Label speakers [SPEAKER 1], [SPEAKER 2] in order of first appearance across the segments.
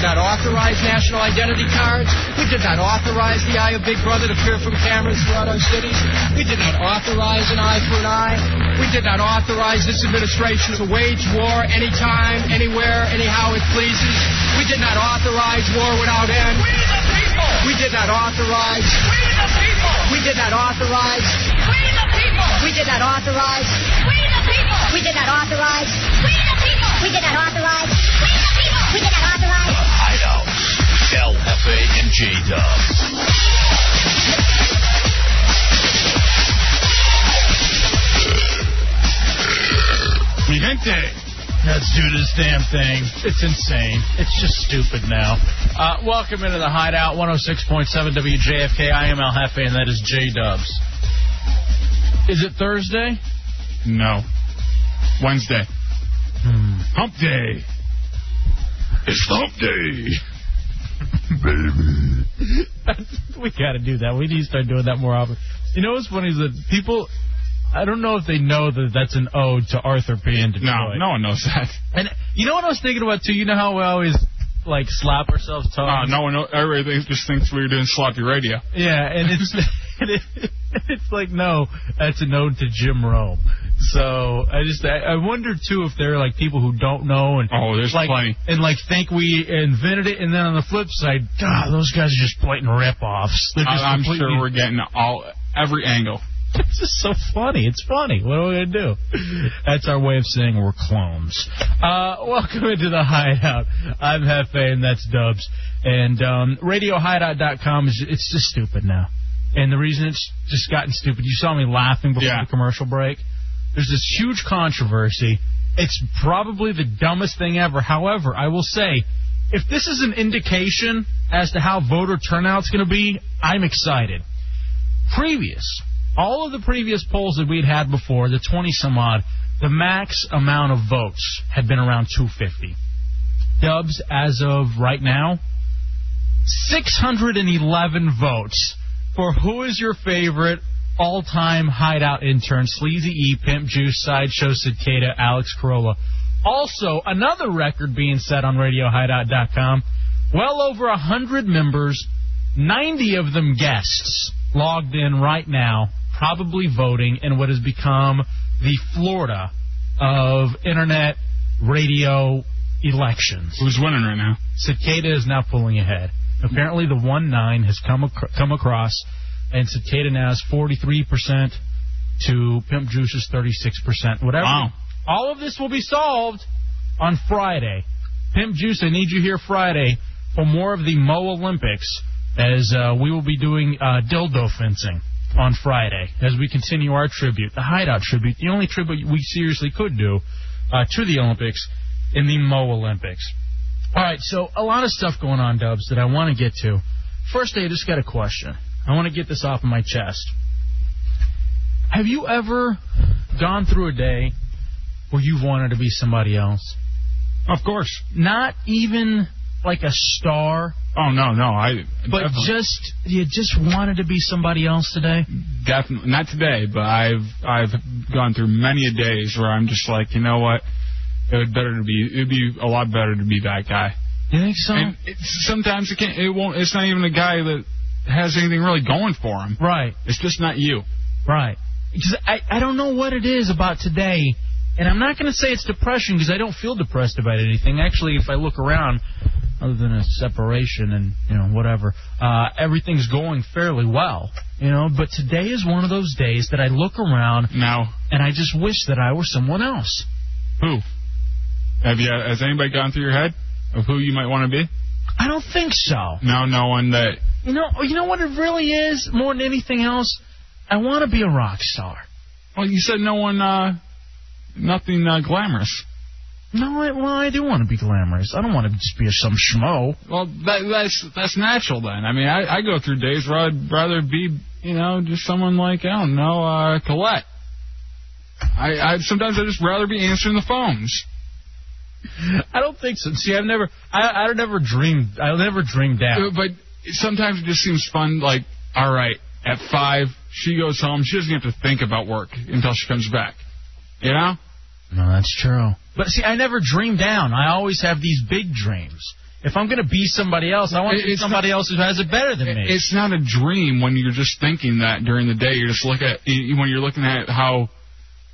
[SPEAKER 1] authorized national identity cards. We did not authorize the eye of Big Brother to peer from cameras throughout our cities. We did not authorize an eye for an eye. We did not authorize this administration to wage war anytime, anywhere, anyhow it pleases. We did not authorize war without end.
[SPEAKER 2] We the people!
[SPEAKER 1] We did not authorize.
[SPEAKER 2] We the people!
[SPEAKER 1] We did not authorize.
[SPEAKER 2] We the people!
[SPEAKER 3] We did not authorize.
[SPEAKER 2] We the people!
[SPEAKER 3] We did not authorize.
[SPEAKER 2] We the people!
[SPEAKER 3] We did not authorize.
[SPEAKER 2] We the people!
[SPEAKER 3] We did not authorize.
[SPEAKER 4] Hideout. LFA and J Dub.
[SPEAKER 5] Mi gente. Let's do this damn thing. It's insane. It's just stupid now. Uh, welcome into the Hideout 106.7 WJFK. I am Al Jefe, and that is J Dubs. Is it Thursday?
[SPEAKER 6] No. Wednesday. Hump day. It's hump day. Baby.
[SPEAKER 5] we got to do that. We need to start doing that more often. You know what's funny is that people, I don't know if they know that that's an ode to Arthur P. in Detroit.
[SPEAKER 6] No, no one knows that.
[SPEAKER 5] And you know what I was thinking about too? You know how we always like slap ourselves
[SPEAKER 6] Uh,
[SPEAKER 5] tongues.
[SPEAKER 6] no one knows. Everybody just thinks we were doing sloppy radio.
[SPEAKER 5] Yeah, and it's and it, it's like no, that's an ode to Jim Rome. So I just I, I wonder too if there are like people who don't know and
[SPEAKER 6] Oh, there's
[SPEAKER 5] like
[SPEAKER 6] plenty.
[SPEAKER 5] and like think we invented it, and then on the flip side, God, those guys are just blatant rip-offs. They're just
[SPEAKER 6] I, I'm
[SPEAKER 5] completely-
[SPEAKER 6] sure we're getting all every angle.
[SPEAKER 5] it's just so funny. It's funny. What are we gonna do? That's our way of saying we're clones. Uh, welcome into the Hideout. I'm Hefe, and that's Dubs. And um, RadioHideout.com is it's just stupid now. And the reason it's just gotten stupid, you saw me laughing before
[SPEAKER 6] Yeah.
[SPEAKER 5] the commercial break. There's this huge controversy. It's probably the dumbest thing ever. However, I will say, if this is an indication as to how voter turnout's going to be, I'm excited previous, all of the previous polls that we'd had before, the 20 some odd, the max amount of votes had been around 250. Dubs, as of right now, 611 votes for who is your favorite all time hideout intern Sleazy E, Pimp Juice, Sideshow, Cicada, Alex Corolla. Also, another record being set on RadioHideout.com. Well over 100 members, 90 of them guests, logged in right now, probably voting in what has become the Florida of internet radio elections.
[SPEAKER 6] Who's winning right now?
[SPEAKER 5] Cicada is now pulling ahead. Apparently, the one nine has come ac- come across, and Cicada now is forty three percent to Pimp Juice is thirty six percent. Whatever.
[SPEAKER 6] Wow.
[SPEAKER 5] All of this will be solved on Friday. Pimp Juice, I need you here Friday for more of the Mo Olympics, as uh, we will be doing uh, dildo fencing on Friday as we continue our tribute, the Hideout tribute, the only tribute we seriously could do uh, to the Olympics in the Mo Olympics. All right, so a lot of stuff going on, Dubs, that I want to get to. First, I just got a question. I want to get this off my chest. Have you ever gone through a day where you've wanted to be somebody else?
[SPEAKER 6] Of course.
[SPEAKER 5] Not even like a star,
[SPEAKER 6] Oh no, no. I
[SPEAKER 5] but
[SPEAKER 6] definitely,
[SPEAKER 5] just you just wanted to be somebody else today.
[SPEAKER 6] definitely not today, but I've I've gone through many a days where I'm just like, you know what? It would better to be. It'd be a lot better to be that guy.
[SPEAKER 5] You think so?
[SPEAKER 6] And it, sometimes it can't. It won't. It's not even a guy that has anything really going for him.
[SPEAKER 5] right.
[SPEAKER 6] It's just not you.
[SPEAKER 5] Right. Because I, I don't know what it is about today, and I'm not going to say it's depression because I don't feel depressed about anything. Actually, if I look around, other than a separation and you know whatever, uh, everything's going fairly well. You know, but today is one of those days that I look around
[SPEAKER 6] Now,
[SPEAKER 5] and I just wish that I were someone else.
[SPEAKER 6] who? Have you? Has anybody gone through your head of who you might want to be?
[SPEAKER 5] I don't think so.
[SPEAKER 6] No, no one that.
[SPEAKER 5] You know, you know what it really is more than anything else. I want to be a rock star.
[SPEAKER 6] Well, you said no one. uh Nothing uh, glamorous.
[SPEAKER 5] No, I, well, I do want to be glamorous. I don't want to just be some schmo.
[SPEAKER 6] Well, that, that's that's natural then. I mean, I, I go through days where I'd rather be, you know, just someone like I don't know, uh, Colette. I, I sometimes I just rather be answering the phones.
[SPEAKER 5] I don't think so. See, I've never, I, I don't ever dream, I never dreamed that.
[SPEAKER 6] Uh, But sometimes it just seems fun. Like, all right, at five she goes home. She doesn't have to think about work until she comes back. You know?
[SPEAKER 5] No, that's true. But see, I never dream down. I always have these big dreams. If I'm going to be somebody else, I want to
[SPEAKER 6] It-
[SPEAKER 5] be
[SPEAKER 6] it's
[SPEAKER 5] somebody else who has it better than me.
[SPEAKER 6] It's not a dream when you're just thinking that during the day. You're just look at you- when you're looking at how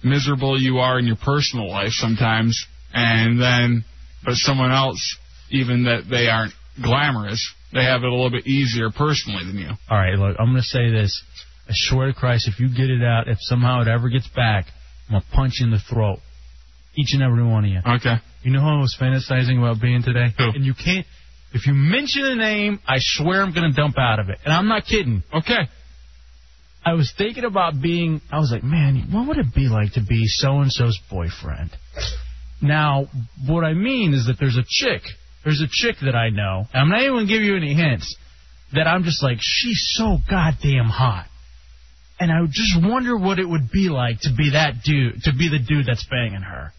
[SPEAKER 6] miserable you are in your personal life sometimes, and then but someone else, even that they aren't glamorous, they have it a little bit easier personally than you.
[SPEAKER 5] All right, look, I'm going to say this. I swear to Christ, if you get it out, if somehow it ever gets back, I'm going to punch you in the throat. Each and every one of you.
[SPEAKER 6] Okay.
[SPEAKER 5] You know who I was fantasizing about being today?
[SPEAKER 6] Who?
[SPEAKER 5] And you can't. If you mention a name, I swear I'm going to dump out of it. And I'm not kidding.
[SPEAKER 6] Okay.
[SPEAKER 5] I was thinking about being. I was like, man, what would it be like to be so and so's boyfriend? Now, what I mean is that there's a chick. There's a chick that I know. and I'm not even going to give you any hints. That I'm just like, she's so goddamn hot. And I just wonder what it would be like to be that dude, to be the dude that's banging her.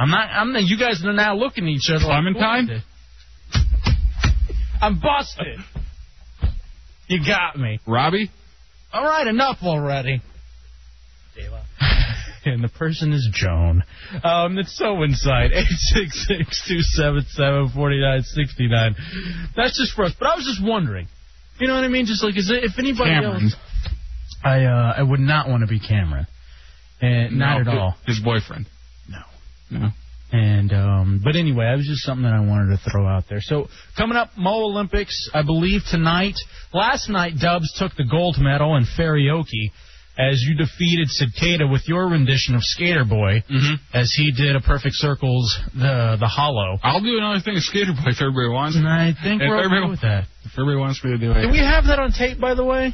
[SPEAKER 5] I'm not. I'm not. You guys are now looking at each other. like, who is
[SPEAKER 6] Clementine?
[SPEAKER 5] this? I'm busted. You got me.
[SPEAKER 6] Robbie.
[SPEAKER 5] All right, enough already. And the person is Joan. Um, it's so inside. 866-277-4969. That's just for us. But I was just wondering. You know what I mean? Just like, is it, if anybody
[SPEAKER 6] Cameron.
[SPEAKER 5] else... I, uh, I would not want to be Cameron. And not
[SPEAKER 6] No,
[SPEAKER 5] at all.
[SPEAKER 6] His boyfriend.
[SPEAKER 5] No.
[SPEAKER 6] No.
[SPEAKER 5] And um, but anyway, that was just something that I wanted to throw out there. So coming up, Mo Olympics, I believe tonight. Last night, Dubs took the gold medal in karaoke as you defeated Cicada with your rendition of Skater Boy,
[SPEAKER 7] Mm-hmm.
[SPEAKER 6] Mhm.
[SPEAKER 5] as he did a perfect circles the the hollow.
[SPEAKER 6] I'll do another thing, Skater Boy, if everybody wants.
[SPEAKER 5] And I think
[SPEAKER 6] If
[SPEAKER 5] we're okay
[SPEAKER 6] everyone-
[SPEAKER 5] with that.
[SPEAKER 6] If everybody wants me to do
[SPEAKER 5] Do
[SPEAKER 6] it.
[SPEAKER 5] we have that on tape, by the way?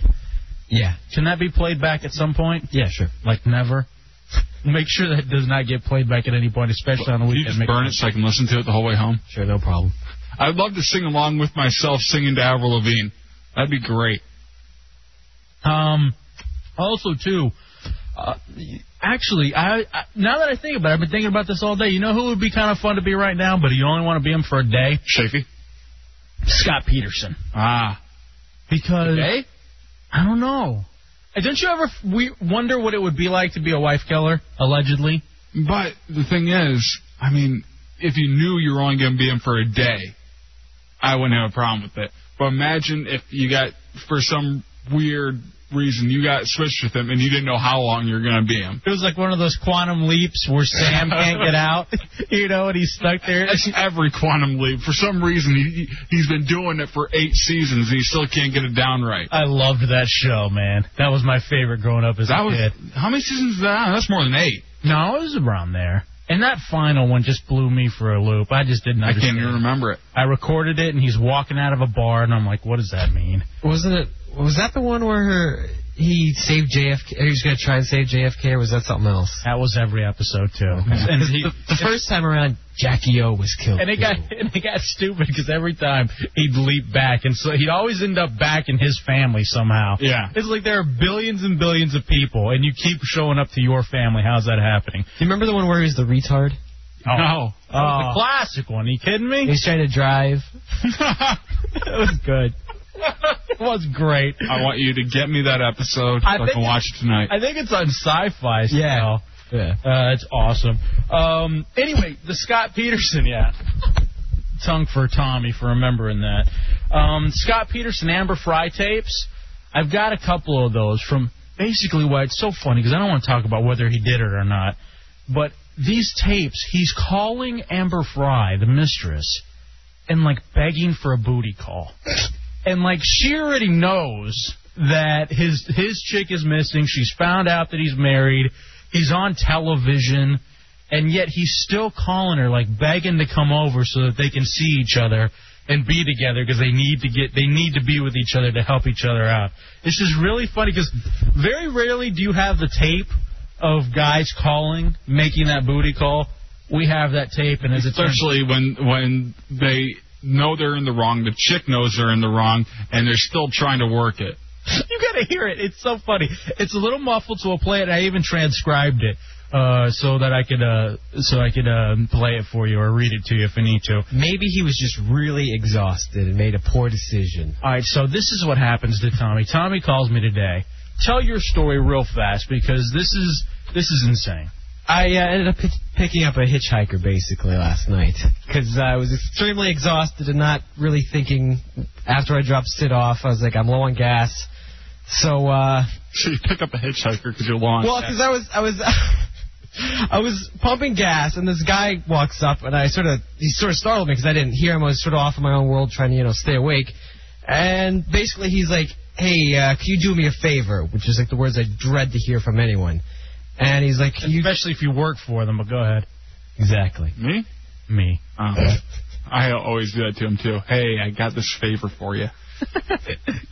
[SPEAKER 7] Yeah.
[SPEAKER 5] Can that be played back at some point?
[SPEAKER 7] Yeah, sure.
[SPEAKER 5] Like never. Make sure that does not get played back at any point, especially on the
[SPEAKER 6] Can you
[SPEAKER 5] weekend.
[SPEAKER 6] just
[SPEAKER 5] Make-
[SPEAKER 6] burn it so I can listen to it the whole way home?
[SPEAKER 7] Sure, no problem.
[SPEAKER 6] I'd love to sing along with myself singing to Avril Lavigne. That'd be great.
[SPEAKER 5] Um, also too, uh, actually, I, I now that I think about it, I've been thinking about this all day. You know who would be kind of fun to be right now, but you only want to be him for a day?
[SPEAKER 6] Shafee?
[SPEAKER 5] Scott Peterson,
[SPEAKER 6] Ah.
[SPEAKER 5] because
[SPEAKER 6] Today?
[SPEAKER 5] I don't know. Uh, Don't you ever f- we wonder what it would be like to be a wife killer, allegedly?
[SPEAKER 6] But the thing is, I mean, if you knew you were only going to be in for a day, I wouldn't have a problem with it. But imagine if you got, for some weird reason, you got switched with him and you didn't know how long you're going to be him.
[SPEAKER 5] It was like one of those quantum leaps where Sam can't get out, you know, and he's stuck there.
[SPEAKER 6] That's every quantum leap. For some reason, he, he's been doing it for eight seasons and he still can't get it down right.
[SPEAKER 5] I loved that show, man. That was my favorite growing up as
[SPEAKER 6] That
[SPEAKER 5] a
[SPEAKER 6] was
[SPEAKER 5] kid.
[SPEAKER 6] how many seasons is that? on? That's more than eight.
[SPEAKER 5] No, it was around there. And that final one just blew me for a loop. I just didn't
[SPEAKER 6] I can't
[SPEAKER 5] understand.
[SPEAKER 6] even remember it.
[SPEAKER 5] I recorded it, and he's walking out of a bar, and I'm like, what does that mean?
[SPEAKER 7] Wasn't it? Was that the one where her, he saved JFK? Or he was gonna try and save JFK, or was that something else?
[SPEAKER 5] That was every episode, too. And, he,
[SPEAKER 7] the, the first time around, Jackie O was killed.
[SPEAKER 5] and it got and it got stupid because every time he'd leap back, and so he'd always end up back in his family somehow.
[SPEAKER 6] Yeah.
[SPEAKER 5] It's like there are billions and billions of people, and you keep showing up to your family. How's that happening?
[SPEAKER 7] Do you remember the one where he was the retard?
[SPEAKER 5] Oh.
[SPEAKER 6] No.
[SPEAKER 5] That was
[SPEAKER 7] Oh.
[SPEAKER 5] the classic one. Are you kidding me?
[SPEAKER 7] He was trying to drive.
[SPEAKER 5] it was good. it was great.
[SPEAKER 6] I want you to get me that episode
[SPEAKER 5] I
[SPEAKER 6] so I
[SPEAKER 5] think
[SPEAKER 6] can watch it tonight.
[SPEAKER 5] I think it's on sci-fi still.
[SPEAKER 7] Yeah. Yeah.
[SPEAKER 5] Uh, it's awesome. Um, anyway, the Scott Peterson, yeah. Tongue for Tommy for remembering that. Um, Scott Peterson, Amber Fry tapes. I've got a couple of those from basically why it's so funny because I don't want to talk about whether he did it or not. But these tapes, he's calling Amber Fry, the mistress, and like begging for a booty call. And like she already knows that his his chick is missing. She's found out that he's married. He's on television, and yet he's still calling her, like begging to come over so that they can see each other and be together because they need to get they need to be with each other to help each other out. It's just really funny because very rarely do you have the tape of guys calling, making that booty call. We have that tape, and as it turns
[SPEAKER 6] Especially when when they know they're in the wrong, the chick knows they're in the wrong, and they're still trying to work it.
[SPEAKER 5] you gotta hear it. It's so funny. It's a little muffled, so we'll play it. I even transcribed it uh, so that I could uh, so I could uh, play it for you or read it to you if I need to.
[SPEAKER 7] Maybe he was just really exhausted and made a poor decision.
[SPEAKER 5] All right, so this is what happens to Tommy. Tommy calls me today. Tell your story real fast because this is this is insane.
[SPEAKER 7] I uh, ended up pick- picking up a hitchhiker basically last night because I was extremely exhausted and not really thinking. After I dropped Sid off, I was like, I'm low on gas. So, uh,
[SPEAKER 6] So you pick up a hitchhiker because you're long.
[SPEAKER 7] well, because I was, I was, I was pumping gas, and this guy walks up, and I sort of, he sort of startled me because I didn't hear him. I was sort of off in my own world, trying to, you know, stay awake. And basically, he's like, "Hey, uh, can you do me a favor?" Which is like the words I dread to hear from anyone. And he's like, "Can you?"
[SPEAKER 5] Especially if you work for them, but go ahead.
[SPEAKER 7] Exactly.
[SPEAKER 6] me?
[SPEAKER 5] Me.
[SPEAKER 6] Oh. I always do that to him too. Hey, I got this favor for you.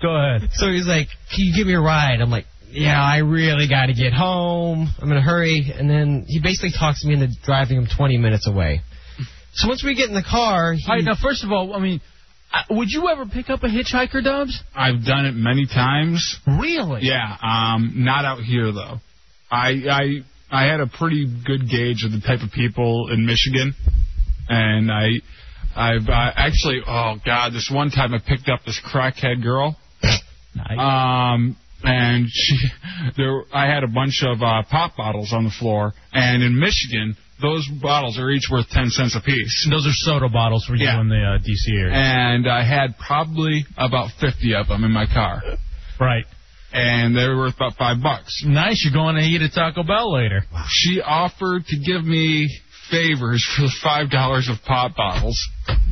[SPEAKER 5] Go ahead.
[SPEAKER 7] So he's like, "Can you give me a ride?" I'm like, "Yeah, I really got to get home. I'm in a hurry." And then he basically talks me into driving him 20 minutes away. So once we get in the car, he,
[SPEAKER 5] All right, now, first of all, I mean, I- would you ever pick up a hitchhiker, Dubs?
[SPEAKER 6] I've done it many times.
[SPEAKER 5] Really?
[SPEAKER 6] Yeah, um, not out here though. I I I had a pretty good gauge of the type of people in Michigan, and I I've uh, actually oh god, this one time I picked up this crackhead girl.
[SPEAKER 5] Nice.
[SPEAKER 6] Um, and she, there, I had a bunch of uh, pop bottles on the floor, and in Michigan, those bottles are each worth ten cents apiece.
[SPEAKER 5] Those are soda bottles for you
[SPEAKER 6] Yeah.
[SPEAKER 5] in the uh, D.C. area.
[SPEAKER 6] And I had probably about fifty of them in my car,
[SPEAKER 5] right.
[SPEAKER 6] and they were worth about five bucks.
[SPEAKER 5] Nice. You're going to eat at Taco Bell later.
[SPEAKER 6] She offered to give me favors for the five dollars of pop bottles.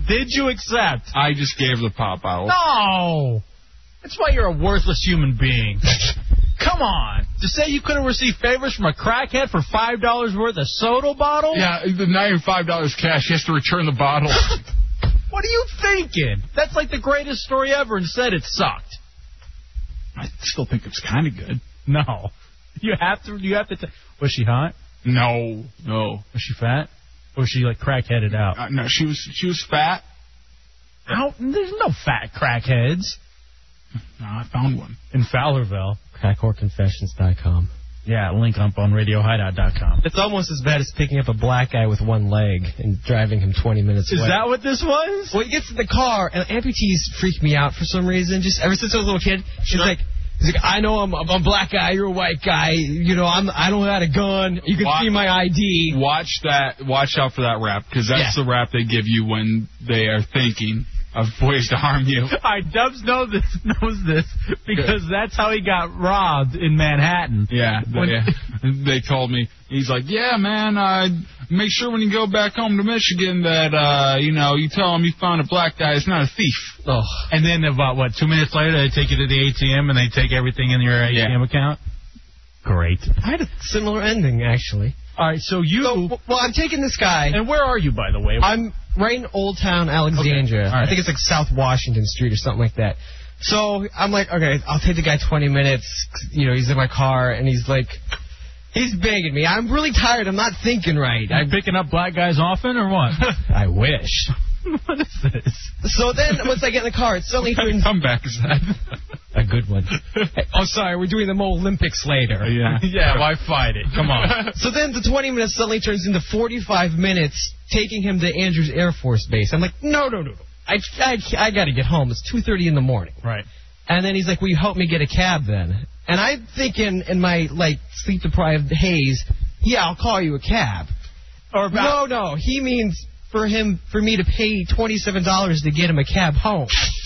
[SPEAKER 5] Did you accept?
[SPEAKER 6] I just gave her the pop bottles.
[SPEAKER 5] No. That's why you're a worthless human being. Come on. To say you couldn't receive favors from a crackhead for $5 worth of soda bottle?
[SPEAKER 6] Yeah, the not even five dollars cash. She has to return the bottle.
[SPEAKER 5] What are you thinking? That's like the greatest story ever and said it sucked.
[SPEAKER 6] I still think it's kind of good.
[SPEAKER 5] No. You have to, you have to, t- was she hot?
[SPEAKER 6] No, no.
[SPEAKER 5] Was she fat? Or was she like crackheaded out?
[SPEAKER 6] Uh, no, she was she was fat.
[SPEAKER 5] How, there's no fat crackheads
[SPEAKER 6] No, I found one.
[SPEAKER 5] in Fowlerville.
[SPEAKER 7] crackhoreconfessions.com.
[SPEAKER 5] Yeah, link up on radiohideout.com.
[SPEAKER 7] It's almost as bad as picking up a black guy with one leg and driving him 20 minutes
[SPEAKER 5] Is
[SPEAKER 7] away.
[SPEAKER 5] that what this was?
[SPEAKER 7] Well, he gets in the car, and amputees freak me out for some reason. Just ever since I was a little kid, she's like, she's like, I know I'm, I'm a black guy, you're a white guy, you know, I'm, I don't got a gun, you can
[SPEAKER 6] Why-
[SPEAKER 7] see my ID.
[SPEAKER 6] Watch that. Watch out for that rap because that's the rap they give you when they are thinking of ways to harm you.
[SPEAKER 5] I Dubs know this knows this because that's how he got robbed in Manhattan.
[SPEAKER 6] Yeah,
[SPEAKER 5] When-
[SPEAKER 6] they, they told me. He's like, yeah, man. Uh, make sure when you go back home to Michigan that uh, you know you tell him you found a black guy. It's not a thief.
[SPEAKER 5] Oh. And then about what two minutes later they take you to the ATM and they take everything in your
[SPEAKER 6] Yeah.
[SPEAKER 5] ATM account. Great.
[SPEAKER 7] I had a similar ending, actually.
[SPEAKER 5] All right, so you
[SPEAKER 7] So, w- well, I'm taking this guy.
[SPEAKER 5] and where are you by the way?
[SPEAKER 7] I'm right in Old Town Alexandria.
[SPEAKER 5] all right.
[SPEAKER 7] I think it's like South Washington Street or something like that. So I'm like, okay, I'll take the guy 20 minutes. 'cause, You know, he's in my car and he's like, he's begging me. I'm really tired. I'm not thinking right.
[SPEAKER 5] Are you
[SPEAKER 7] I,
[SPEAKER 5] picking up black guys often or what?
[SPEAKER 7] I wish.
[SPEAKER 5] what is this?
[SPEAKER 7] So then once I get in the car, it's suddenly doing
[SPEAKER 6] Come back is that?
[SPEAKER 7] a good one. oh, sorry, we're doing the Mo Olympics later.
[SPEAKER 6] yeah.
[SPEAKER 5] Yeah, why fight it? Come on.
[SPEAKER 7] So then the 20 minutes suddenly turns into 45 minutes taking him to Andrews Air Force Base. I'm like, no, no, no, no. I, I, I got to get home. It's 2.30 in the morning.
[SPEAKER 5] right.
[SPEAKER 7] And then he's like, "Will you help me get a cab then?" And I'm thinking in my like sleep deprived haze, "Yeah, I'll call you a cab."
[SPEAKER 5] Or
[SPEAKER 7] No, no, he means for him for me to pay twenty seven dollars to get him a cab home.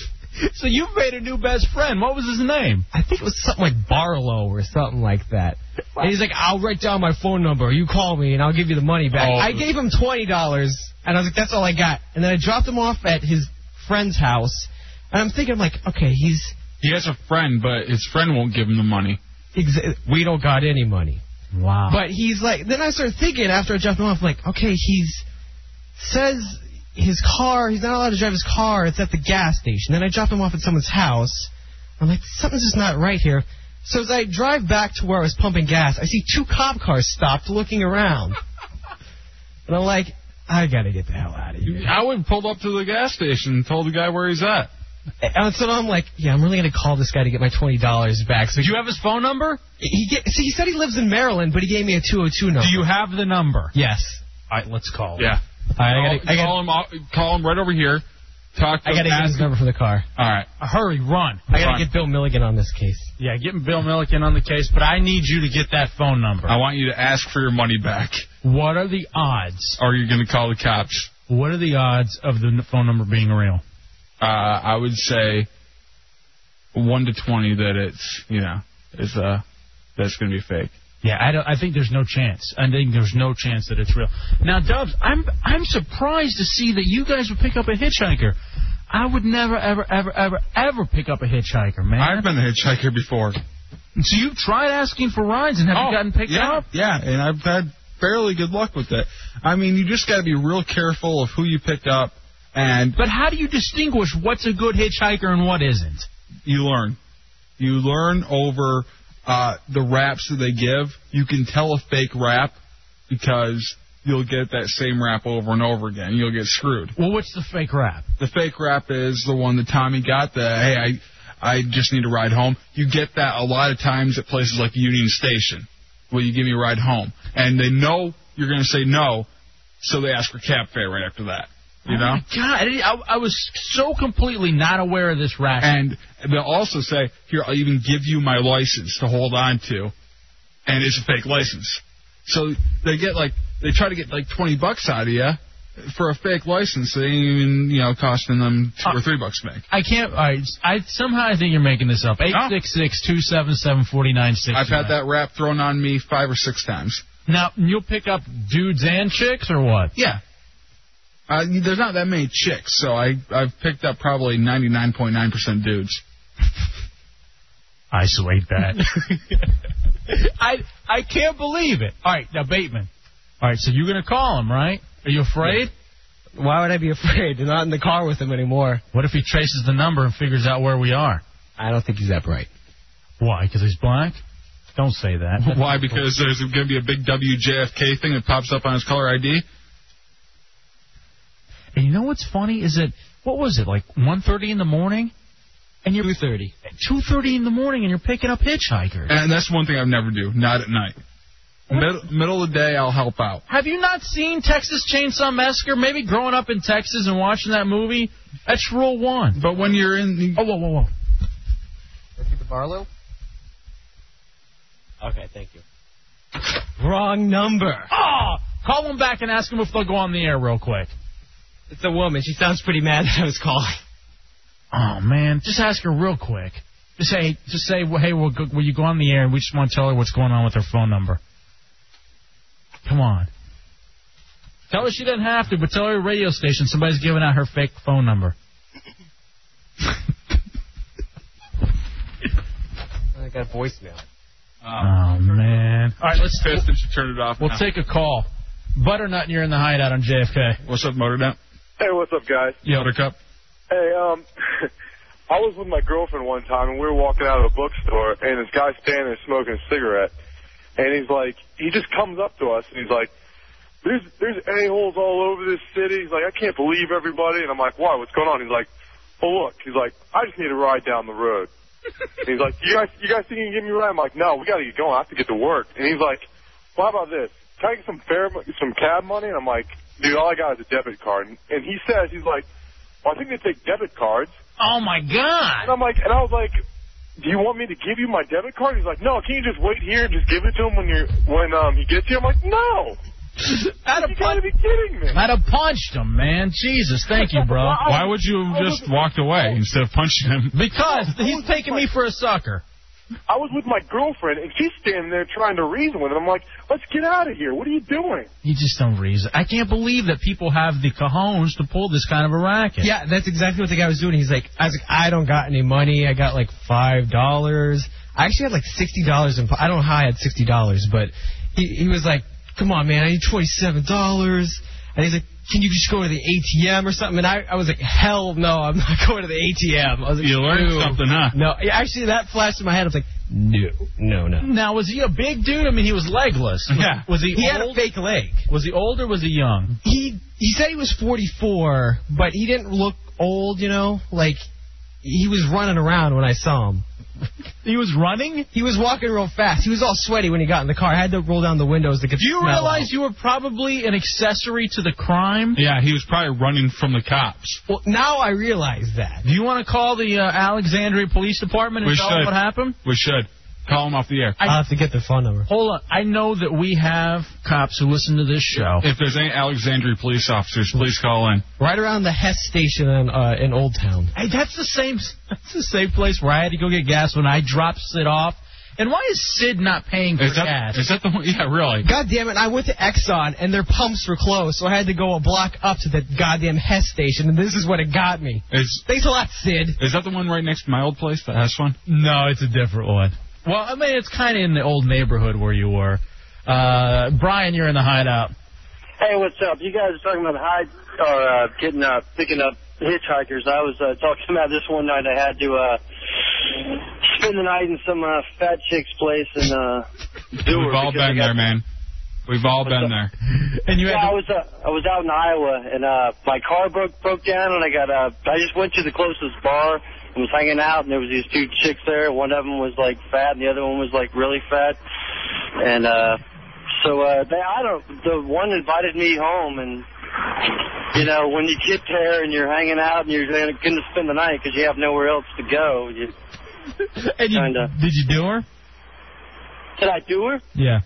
[SPEAKER 5] so you've made a new best friend. What was his name?
[SPEAKER 7] I think it was something like Barlow or something like that. And he's like, "I'll write down my phone number. You call me and I'll give you the money back."
[SPEAKER 6] Oh.
[SPEAKER 7] I gave him twenty dollars, and I was like, "That's all I got." And then I dropped him off at his friend's house, and I'm thinking, I'm like, "Okay, he's."
[SPEAKER 6] He has a friend, but his friend won't give him the money.
[SPEAKER 7] Exa- we don't got any money.
[SPEAKER 5] Wow.
[SPEAKER 7] But he's like, then I started thinking after I dropped him off, like, okay, he's says his car, he's not allowed to drive his car. It's at the gas station. Then I dropped him off at someone's house. I'm like, something's just not right here. So as I drive back to where I was pumping gas, I see two cop cars stopped, looking around, and I'm like, I gotta get the hell out of here.
[SPEAKER 6] I would pull up to the gas station and told the guy where he's at.
[SPEAKER 7] And so I'm like, yeah, I'm really gonna call this guy to get my twenty dollars back.
[SPEAKER 5] do
[SPEAKER 7] So he,
[SPEAKER 5] you have his phone number?
[SPEAKER 7] he get, see, he said he lives in Maryland, but he gave me a 202 number.
[SPEAKER 5] Do you have the number?
[SPEAKER 7] Yes.
[SPEAKER 5] All right, let's call. him.
[SPEAKER 6] Yeah.
[SPEAKER 7] I
[SPEAKER 6] Call,
[SPEAKER 7] gotta- I gotta-
[SPEAKER 6] call him. Call him right over here. talk to
[SPEAKER 7] I gotta get
[SPEAKER 6] ask
[SPEAKER 7] his number for the car.
[SPEAKER 6] All right.
[SPEAKER 5] Hurry, run.
[SPEAKER 7] I gotta
[SPEAKER 6] Fine.
[SPEAKER 7] get Bill Milligan on this case.
[SPEAKER 5] Yeah, getting Bill Milliken on the case, but I need you to get that phone number.
[SPEAKER 6] I want you to ask for your money back,
[SPEAKER 5] What are the odds?
[SPEAKER 6] or you're going to call the cops.
[SPEAKER 5] What are the odds of the n- phone number being real?
[SPEAKER 6] Uh, I would say one to twenty that it's you know is uh that's going to be fake.
[SPEAKER 5] Yeah, I, don't, I think there's no chance. I think there's no chance that it's real. Now, Dubs, I'm I'm surprised to see that you guys would pick up a hitchhiker. I would never, ever, ever, ever, ever pick up a hitchhiker, man.
[SPEAKER 6] I've been a hitchhiker before.
[SPEAKER 5] so you've tried asking for rides and haven't gotten picked
[SPEAKER 6] yeah,
[SPEAKER 5] up?
[SPEAKER 6] Yeah, and I've had fairly good luck with it. I mean, you just got to be real careful of who you pick up, and
[SPEAKER 5] But how do you distinguish what's a good hitchhiker and what isn't?
[SPEAKER 6] you learn. You learn over uh, the raps that they give. You can tell a fake rap because you'll get that same rap over and over again. You'll get screwed.
[SPEAKER 5] Well, what's the fake rap?
[SPEAKER 6] The fake rap is the one that Tommy got. The hey, I. I just need a ride home. You get that a lot of times at places like Union Station. Will you give me a ride home? And they know you're going to say no, so they ask for cab fare right after that. You know?
[SPEAKER 5] God, I, didn't- I, I was so completely not aware of this racket.
[SPEAKER 6] And they'll also say, here, I'll even give you my license to hold on to. And it's a fake license. So they get like, they try to get like 20 bucks out of you for a fake license. They ain't even, you know, costing them two or three bucks to make.
[SPEAKER 5] I can't. All right, I somehow I think you're making this up. Eight six six two seven seven forty nine six.
[SPEAKER 6] I've had that rap thrown on me five or six times.
[SPEAKER 5] Now you'll pick up dudes and chicks or what?
[SPEAKER 6] Yeah. Uh, there's not that many chicks, so I, I've picked up probably 99.9% dudes.
[SPEAKER 5] Isolate that. I I can't believe it. All right, now Bateman. All right, so you're gonna call him, right? Are you afraid?
[SPEAKER 7] Why would I be afraid? They're not in the car with him anymore.
[SPEAKER 5] What if he traces the number and figures out where we are?
[SPEAKER 7] I don't think he's that bright.
[SPEAKER 5] Why? Because he's black? Don't say that.
[SPEAKER 6] Why? Because there's going to be a big WJFK thing that pops up on his caller ID.
[SPEAKER 5] And you know what's funny is that what was it like 1:30 in the morning? And you're 2:30. 2:30 in the morning, and you're picking up hitchhikers.
[SPEAKER 6] And that's one thing I've never do. Not at night. Middle, middle of the day, I'll help out.
[SPEAKER 5] Have you not seen Texas Chainsaw Massacre? Maybe growing up in Texas and watching that movie, that's rule one.
[SPEAKER 6] But when you're in,
[SPEAKER 5] Oh, whoa, whoa, whoa.
[SPEAKER 7] Barlow? Okay, thank you. Wrong number.
[SPEAKER 5] Oh, call them back and ask them if they'll go on the air real quick.
[SPEAKER 7] It's a woman. She sounds pretty mad that I was calling.
[SPEAKER 5] Oh man, just ask her real quick. Just say, just say, well, hey, we'll go, will you go on the air? And we just want to tell her what's going on with her phone number. Come on. Tell her she doesn't have to, but tell her radio station somebody's giving out her fake phone number.
[SPEAKER 7] I got voicemail.
[SPEAKER 5] Oh man. All right, let's.
[SPEAKER 6] pissed and she turned it off.
[SPEAKER 5] We'll
[SPEAKER 6] now.
[SPEAKER 5] take a call. Butternut, and you're in the hideout on JFK.
[SPEAKER 6] What's up, Motor Dump?
[SPEAKER 8] Hey, what's up, guys?
[SPEAKER 6] Yeah. Buttercup.
[SPEAKER 8] Hey, um, I was with my girlfriend one time, and we were walking out of a bookstore, and this guy's standing there smoking a cigarette, and he's like, he just comes up to us, and he's like, "There's there's a holes all over this city." He's like, "I can't believe everybody," and I'm like, "Why? What's going on?" He's like, "Oh look," he's like, "I just need a ride down the road." And he's like, "You guys, you guys think you can give me a ride?" I'm like, "No, we got to get going. I have to get to work." And he's like, "Well, how about this? Can I get some fare, mo- some cab money?" And I'm like, "Dude, all I got is a debit card." And, and he says, he's like. Well, I think they take debit cards.
[SPEAKER 5] Oh my God.
[SPEAKER 8] And I'm like, and I was like, do you want me to give you my debit card? He's like, no, can you just wait here and just give it to him when you're, when, um, he gets here? I'm like, no,
[SPEAKER 5] I'd
[SPEAKER 8] you
[SPEAKER 5] have,
[SPEAKER 8] gotta
[SPEAKER 5] punch-
[SPEAKER 8] be kidding me.
[SPEAKER 5] I'd have punched him, man. Jesus, thank you, bro. Oh,
[SPEAKER 6] Why would you have just walked away instead of punching him?
[SPEAKER 5] Because he's taking me for a sucker.
[SPEAKER 8] I was with my girlfriend and she's standing there trying to reason with him. I'm like, let's get out of here. What are you doing?
[SPEAKER 5] You just don't reason. I can't believe that people have the cajones to pull this kind of a racket.
[SPEAKER 7] Yeah, that's exactly what the guy was doing. He's like, I was like, I don't got any money. I got like five dollars. I actually had like sixty dollars in. po- I don't know how I had sixty dollars, but he, he was like, Come on, man, I need twenty seven dollars. And he's like, Can you just go to the ATM or something? And I, I was like, Hell no, I'm not going to the ATM. I was like,
[SPEAKER 6] You learned
[SPEAKER 7] "No."
[SPEAKER 6] something, huh?
[SPEAKER 7] No, Yeah, actually, that flashed in my head. I was like, No, no, no.
[SPEAKER 5] Now, was he a big dude? I mean, he was legless.
[SPEAKER 6] Yeah.
[SPEAKER 5] Was he,
[SPEAKER 7] He had a
[SPEAKER 5] old?
[SPEAKER 7] fake leg.
[SPEAKER 5] was he old or was he young?
[SPEAKER 7] he he said he was 44, but he didn't look old, you know. Like he was running around when I saw him.
[SPEAKER 5] He was running.
[SPEAKER 7] He was walking real fast. He was all sweaty when he got in the car. I had to roll down the windows to get.
[SPEAKER 5] Do you
[SPEAKER 7] the smell
[SPEAKER 5] realize
[SPEAKER 7] out.
[SPEAKER 5] you were probably an accessory to the crime?
[SPEAKER 6] Yeah, he was probably running from the cops.
[SPEAKER 7] Well, now I realize that.
[SPEAKER 5] Do you want to call the uh, Alexandria Police Department and
[SPEAKER 6] We
[SPEAKER 5] tell them
[SPEAKER 6] should.
[SPEAKER 5] what happened?
[SPEAKER 6] We should call him off the air.
[SPEAKER 5] I-
[SPEAKER 7] I'll have to get their phone number.
[SPEAKER 5] Hold on. I know that we have cops who listen to this show.
[SPEAKER 6] If there's any Alexandria police officers, please call in.
[SPEAKER 7] Right around the Hess station in, uh, in Old Town.
[SPEAKER 5] Hey, that's the same. That's the same place where I had to go get gas when I dropped Sid off. And why is Sid not paying for
[SPEAKER 6] Is that
[SPEAKER 5] gas?
[SPEAKER 6] is that the one? Yeah, really.
[SPEAKER 7] God damn it! I went to Exxon and their pumps were closed, so I had to go a block up to the goddamn Hess station, and this is what it got me.
[SPEAKER 6] Is
[SPEAKER 7] Thanks a lot, Sid.
[SPEAKER 6] is that the one right next to my old place, the S one?
[SPEAKER 5] no, it's a different one. Well, I mean, it's kind of in the old neighborhood where you were. Uh, Brian, you're in the hideout.
[SPEAKER 9] Hey, what's up? You guys are talking about hide or uh, getting uh, picking up hitchhikers. I was uh, talking about this one night. I had to uh, spend the night in some uh, fat chick's place in uh, Dewar.
[SPEAKER 6] We've all
[SPEAKER 9] because I
[SPEAKER 6] been
[SPEAKER 9] got-
[SPEAKER 6] there, man. We've all been there.
[SPEAKER 5] And you
[SPEAKER 9] Yeah,
[SPEAKER 5] had
[SPEAKER 9] I
[SPEAKER 5] to,
[SPEAKER 9] was uh, I was out in Iowa and uh, my car broke broke down and I got uh, I just went to the closest bar and was hanging out and there was these two chicks there. One of them was like fat and the other one was like really fat. And uh, so uh, they I don't the one invited me home and you know when you get there and you're hanging out and you're gonna, gonna spend the night because you have nowhere else to go. You,
[SPEAKER 5] and you,
[SPEAKER 9] kinda.
[SPEAKER 5] did you do her?
[SPEAKER 9] did I do her?
[SPEAKER 5] Yeah.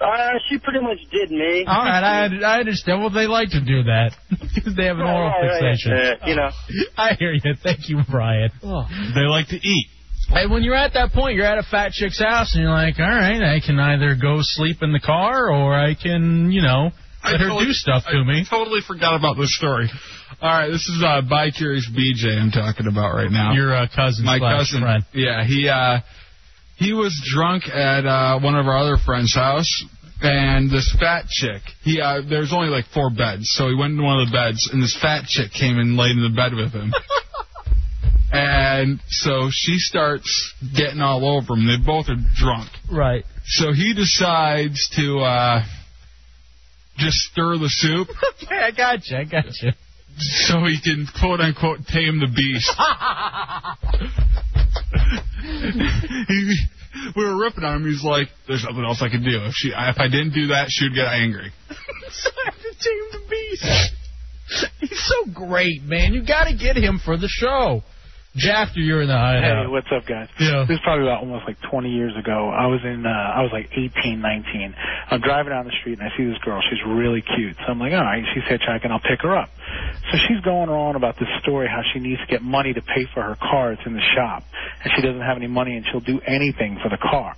[SPEAKER 9] Uh, she pretty much did me.
[SPEAKER 5] All right, I I understand. Well, they like to do that because they have an oral
[SPEAKER 9] Yeah, yeah, yeah.
[SPEAKER 5] fixation.
[SPEAKER 9] Uh, you know.
[SPEAKER 5] I hear you. Thank you, Brian.
[SPEAKER 6] They like to eat.
[SPEAKER 5] Oh. Hey, when you're at that point, you're at a fat chick's house, and you're like, all right, I can either go sleep in the car, or I can, you know, let her do stuff to me.
[SPEAKER 6] Totally forgot about this story. All right, this is uh, by curious BJ I'm talking about right now.
[SPEAKER 5] Your uh, cousin
[SPEAKER 6] my
[SPEAKER 5] slash
[SPEAKER 6] cousin.
[SPEAKER 5] friend.
[SPEAKER 6] Yeah, he uh, he was drunk at uh, one of our other friend's house, and this fat chick. He uh, there's only like four beds, so he went into one of the beds, and this fat chick came and laid in the bed with him. and so she starts getting all over him. They both are drunk.
[SPEAKER 5] Right.
[SPEAKER 6] So he decides to uh, just stir the soup
[SPEAKER 5] Okay, I gotcha, I gotcha.
[SPEAKER 6] so he can quote unquote tame the beast. he, we were ripping on him. He's like, "There's nothing else I can do. If she, if I didn't do that, she'd get angry."
[SPEAKER 5] so I have to tame the beast. He's so great, man. You got to get him for the show. Jafter, you're in the
[SPEAKER 10] Hey,
[SPEAKER 5] hideout.
[SPEAKER 10] what's up, guys?
[SPEAKER 5] Yeah.
[SPEAKER 10] This is probably about almost like 20 years ago. I was in, uh, I was like 18, 19. I'm driving down the street and I see this girl. She's really cute. So I'm like, all right, she's hitchhiking. I'll pick her up. So she's going on about this story how she needs to get money to pay for her car. It's in the shop, and she doesn't have any money, and she'll do anything for the car.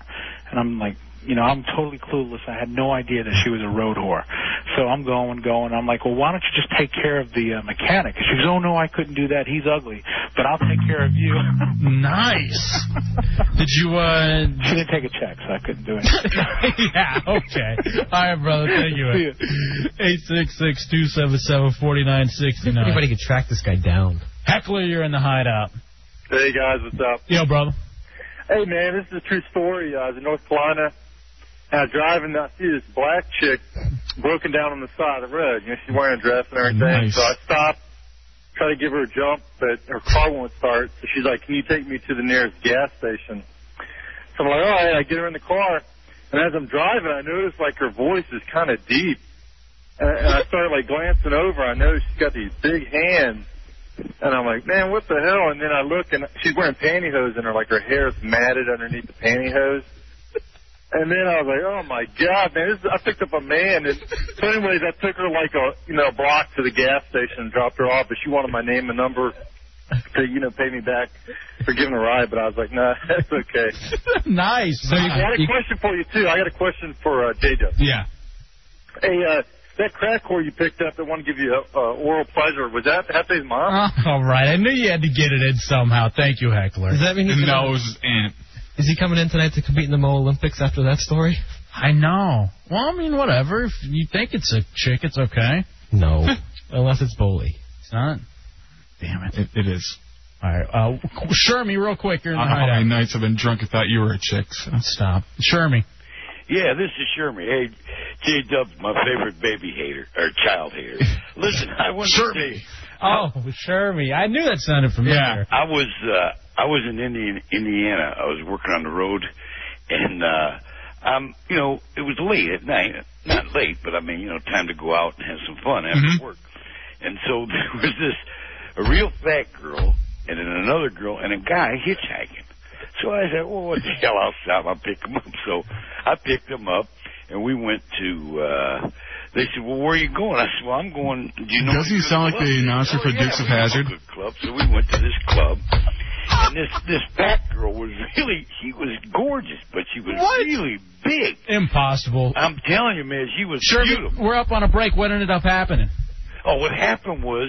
[SPEAKER 10] And I'm like, you know, I'm totally clueless. I had no idea that she was a road whore. So I'm going, going. I'm like, well, why don't you just take care of the uh, mechanic? She goes, oh no, I couldn't do that. He's ugly, but I'll take care of you.
[SPEAKER 5] Nice. Did you, uh...
[SPEAKER 10] She didn't take a check, so I couldn't do it.
[SPEAKER 5] yeah, okay. All right, brother, thank you. 866-277-4969.
[SPEAKER 7] Anybody could track this guy down.
[SPEAKER 5] Heckler, you're in the hideout.
[SPEAKER 8] Hey guys, what's up?
[SPEAKER 5] Yo, brother.
[SPEAKER 8] Hey man, this is a true story. Uh, I was in North Carolina, and I was driving, and I see this black chick broken down on the side of the road. You know, she's wearing a dress and everything.
[SPEAKER 6] Nice.
[SPEAKER 8] So I stopped, tried to give her a jump, but her car won't start. So she's like, "Can you take me to the nearest gas station?" So I'm like, "All right." I get her in the car, and as I'm driving, I notice like her voice is kind of deep, and, Uh, and I start like glancing over. I notice she's got these big hands. And I'm like, man, what the hell? And then I look, and she's wearing pantyhose, and her like her hair is matted underneath the pantyhose. And then I was like, oh my god, man! This is, I picked up a man. And so, anyways, I took her like a you know a block to the gas station and dropped her off. But she wanted my name and number to you know pay me back for giving her a ride. But I was like, nah, that's okay.
[SPEAKER 5] nice. So
[SPEAKER 8] I got a question for you too. I got a question for uh, JJ.
[SPEAKER 6] Yeah.
[SPEAKER 8] Hey, uh, that crack whore you picked up that wanted to give you uh, uh, oral pleasure was that Hefe's mom?
[SPEAKER 5] all right, I knew you had to get it in somehow. Thank you, Heckler.
[SPEAKER 7] Does that mean he's
[SPEAKER 6] And that
[SPEAKER 7] gonna-
[SPEAKER 6] was his aunt.
[SPEAKER 7] Is he coming in tonight to compete in the Mo Olympics after that story?
[SPEAKER 5] I know. Well, I mean, whatever. If you think it's a chick, it's okay.
[SPEAKER 7] No, unless it's Bowley.
[SPEAKER 5] It's not. Damn it.
[SPEAKER 6] It, it is.
[SPEAKER 5] All right. Uh, Shermie, real quick. You're
[SPEAKER 6] I
[SPEAKER 5] in the
[SPEAKER 6] don't know how many
[SPEAKER 5] hideout.
[SPEAKER 6] nights I've been drunk and thought you were a chick. So.
[SPEAKER 5] Stop. Shermie.
[SPEAKER 9] Yeah, this is Sherman. Hey, J Dub's my favorite baby hater or child hater. Listen, I want to
[SPEAKER 6] Shermie.
[SPEAKER 9] say
[SPEAKER 5] Oh, Shermie. I knew that sounded familiar.
[SPEAKER 9] I was uh,
[SPEAKER 11] I was in Indian, Indiana. I was working on the road, and uh, um, you know, it was late at night. Not late, but I mean, you know, time to go out and have some fun after
[SPEAKER 6] Mhm.
[SPEAKER 11] work. And so there was this a real fat girl, and then another girl, and a guy hitchhiking. So I said, "Well, what the hell? I'll stop. I'll pick him up." So I picked him up, and we went to. uh They said, "Well, where are you going?" I said, "Well, I'm going." Do you know?
[SPEAKER 6] Doesn't
[SPEAKER 11] any
[SPEAKER 6] he sound
[SPEAKER 11] good
[SPEAKER 6] like the
[SPEAKER 11] clubs?"
[SPEAKER 6] announcer
[SPEAKER 11] "Oh,
[SPEAKER 6] for
[SPEAKER 11] yeah,
[SPEAKER 6] Dukes of
[SPEAKER 11] we know a
[SPEAKER 6] Hazzard?
[SPEAKER 11] good Club. So we went to this club, and this this fat girl was really she was gorgeous, but she was
[SPEAKER 5] What?
[SPEAKER 11] really big.
[SPEAKER 5] Impossible.
[SPEAKER 11] I'm telling you, man, she was
[SPEAKER 5] Sure,
[SPEAKER 11] beautiful.
[SPEAKER 5] we're up on a break. What ended up happening?
[SPEAKER 11] Oh, what happened was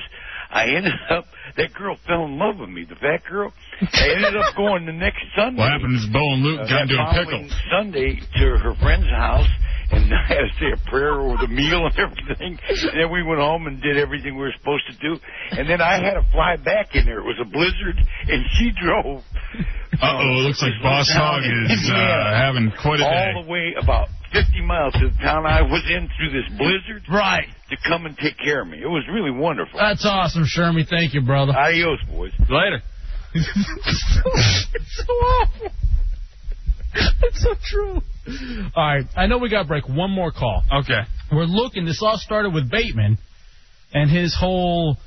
[SPEAKER 11] I ended up that girl fell in love with me, the fat girl. I ended up going the next Sunday.
[SPEAKER 6] What happened is Bo and Luke
[SPEAKER 11] uh,
[SPEAKER 6] got
[SPEAKER 11] that
[SPEAKER 6] into a
[SPEAKER 11] following
[SPEAKER 6] pickle.
[SPEAKER 11] Sunday to her friend's house. And I had to say a prayer over the meal and everything. And then we went home and did everything we were supposed to do. And then I had to fly back in there. It was a blizzard, and she drove.
[SPEAKER 6] Uh oh, looks like Boss Hog is uh, having quite a day.
[SPEAKER 11] Uh-huh. all the way about 50 miles to the town I was in through this blizzard
[SPEAKER 5] Right.
[SPEAKER 11] to come and take care of me. It was really wonderful.
[SPEAKER 5] That's awesome, Shermie. Thank you, brother.
[SPEAKER 11] Adios, boys.
[SPEAKER 6] Later.
[SPEAKER 5] it's so awful. It's so true. All right, I know we got a break. One more call.
[SPEAKER 6] Okay.
[SPEAKER 5] We're looking. This all started with Bateman and his whole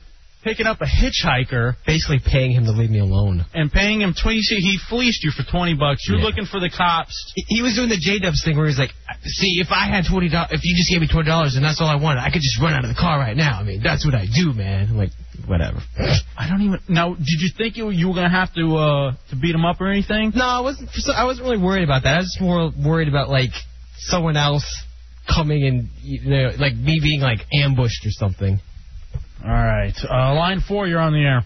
[SPEAKER 5] picking up a hitchhiker
[SPEAKER 7] Basically paying him to leave me alone.
[SPEAKER 5] and paying him twenty. You see, he fleeced you for twenty bucks. You're
[SPEAKER 7] Yeah.
[SPEAKER 5] looking for the cops.
[SPEAKER 7] He- He was doing the J Dubs thing where he's like, "See, if I had twenty dollars, if you just gave me twenty dollars, and that's all I wanted, I could just run out of the car right now. I mean, that's what I do, man." I'm like, whatever.
[SPEAKER 5] I don't even. Now, did you think you you were gonna have to uh to beat him up or anything?
[SPEAKER 7] no, I wasn't. For some, I wasn't really worried about that. I was just more worried about like someone else coming and you know, like me being like ambushed or something.
[SPEAKER 5] All right, uh, line four. You're on the air.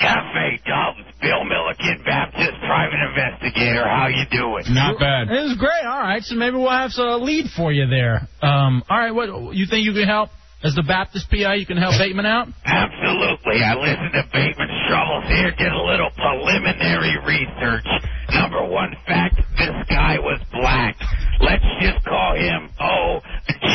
[SPEAKER 11] Cafe Dalton's Bill Milliken, Baptist private investigator. How you doing?
[SPEAKER 6] Not bad.
[SPEAKER 5] It was great. All right, so maybe we'll have a lead for you there. Um, all right, what you think you can help as the Baptist PI? You can help Bateman out.
[SPEAKER 11] Absolutely. I listened to Bateman's Troubles here, did a little preliminary research. Number one fact, this guy was black. Let's just call him, oh,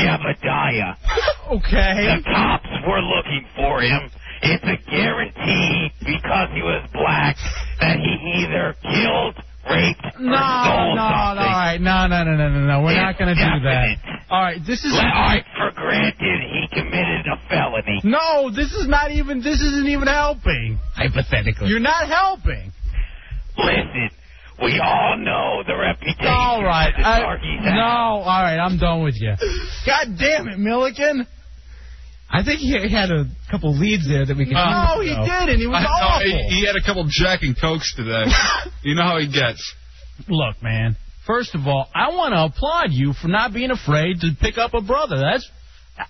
[SPEAKER 11] Jebediah.
[SPEAKER 5] Okay.
[SPEAKER 11] The cops were looking for him. It's a guarantee because he was black that he either killed, raped, or
[SPEAKER 5] No, no, no,
[SPEAKER 11] stole
[SPEAKER 5] all
[SPEAKER 11] something.
[SPEAKER 5] right, no, no, no, no, no, no. We're not going to do that. All right, this is
[SPEAKER 11] All right, for granted, he committed a felony.
[SPEAKER 5] no. This is not even. This isn't even helping.
[SPEAKER 7] Hypothetically.
[SPEAKER 5] You're not helping.
[SPEAKER 11] Listen, we all know the reputation
[SPEAKER 5] All right.
[SPEAKER 11] of the
[SPEAKER 5] I-
[SPEAKER 11] darkies
[SPEAKER 5] no.
[SPEAKER 11] have.
[SPEAKER 5] All right. I'm done with you. God damn it, Milliken.
[SPEAKER 7] I think he had a couple leads there that we could.
[SPEAKER 5] No,
[SPEAKER 7] use,
[SPEAKER 5] he
[SPEAKER 7] though.
[SPEAKER 5] didn't. Uh, He was
[SPEAKER 6] I-
[SPEAKER 5] awful.
[SPEAKER 6] no, he, he had a couple Jack and Cokes today. you know how he gets.
[SPEAKER 5] Look, man. First of all, I want to applaud you for not being afraid to pick up a brother. That's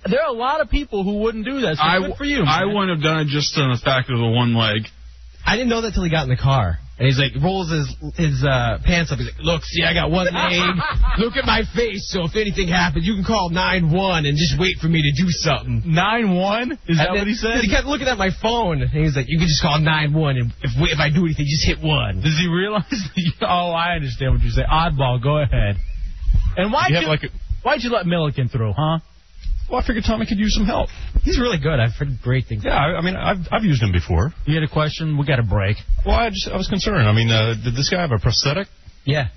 [SPEAKER 5] there are a lot of people who wouldn't do that. So
[SPEAKER 6] I,
[SPEAKER 5] good for you.
[SPEAKER 6] I
[SPEAKER 5] man.
[SPEAKER 6] wouldn't have done it just on the fact of the one leg.
[SPEAKER 7] I didn't know that till he got in the car. And he's like, rolls his his uh, pants up. He's like, look, see, I got one leg. Look at my face. So if anything happens, you can call nine one and just wait for me to do something.
[SPEAKER 5] nine one. Is that
[SPEAKER 7] And then-
[SPEAKER 5] what he said?
[SPEAKER 7] He kept looking at my phone, and he's like, "You can just call nine one, and if if I do anything, just hit one."
[SPEAKER 5] Does he realize? oh, I understand what you say. Oddball. Go ahead. And why'd
[SPEAKER 6] He
[SPEAKER 5] you,
[SPEAKER 6] had like a,
[SPEAKER 5] why'd you let Milliken through, huh?
[SPEAKER 12] Well, I figured Tommy could use some help.
[SPEAKER 7] He's really good. I've heard great things.
[SPEAKER 12] Yeah, I, I mean, I've I've used him before.
[SPEAKER 5] You had a question. We got a break.
[SPEAKER 12] Well, I just I was concerned. I mean, uh, did this guy have a prosthetic?
[SPEAKER 7] Yeah.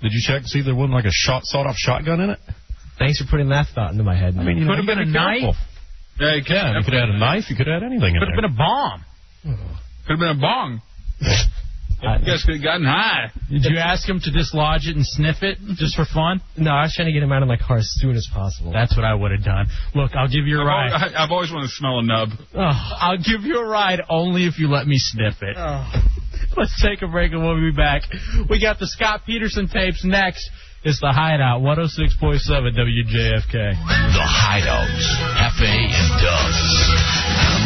[SPEAKER 12] Did you check and see there wasn't like a shot sawed off shotgun in it?
[SPEAKER 7] Thanks for putting that thought into my head.
[SPEAKER 12] I mean, you
[SPEAKER 5] Could
[SPEAKER 12] know,
[SPEAKER 5] have
[SPEAKER 12] you
[SPEAKER 5] been
[SPEAKER 12] gotta
[SPEAKER 5] a
[SPEAKER 12] be
[SPEAKER 5] knife.
[SPEAKER 12] careful.
[SPEAKER 6] yeah, he
[SPEAKER 12] Yeah,
[SPEAKER 6] can.
[SPEAKER 12] you could add a knife. You could add anything in
[SPEAKER 5] Could have
[SPEAKER 12] there.
[SPEAKER 5] been a bomb.
[SPEAKER 6] Could have been a bong. You guys could have gotten high.
[SPEAKER 5] Did you ask him to dislodge it and sniff it just for fun?
[SPEAKER 7] no, I was trying to get him out of my car as soon as possible.
[SPEAKER 5] That's what I would have done. Look, I'll give you a ride.
[SPEAKER 6] I've, always, I've always wanted to smell a nub.
[SPEAKER 5] Oh, I'll give you a ride only if you let me sniff it. Let's take a break and we'll be back. We got the Scott Peterson tapes next. It's the Hideout 106.7 WJFK.
[SPEAKER 13] The Hideout. Hefe and Dubs.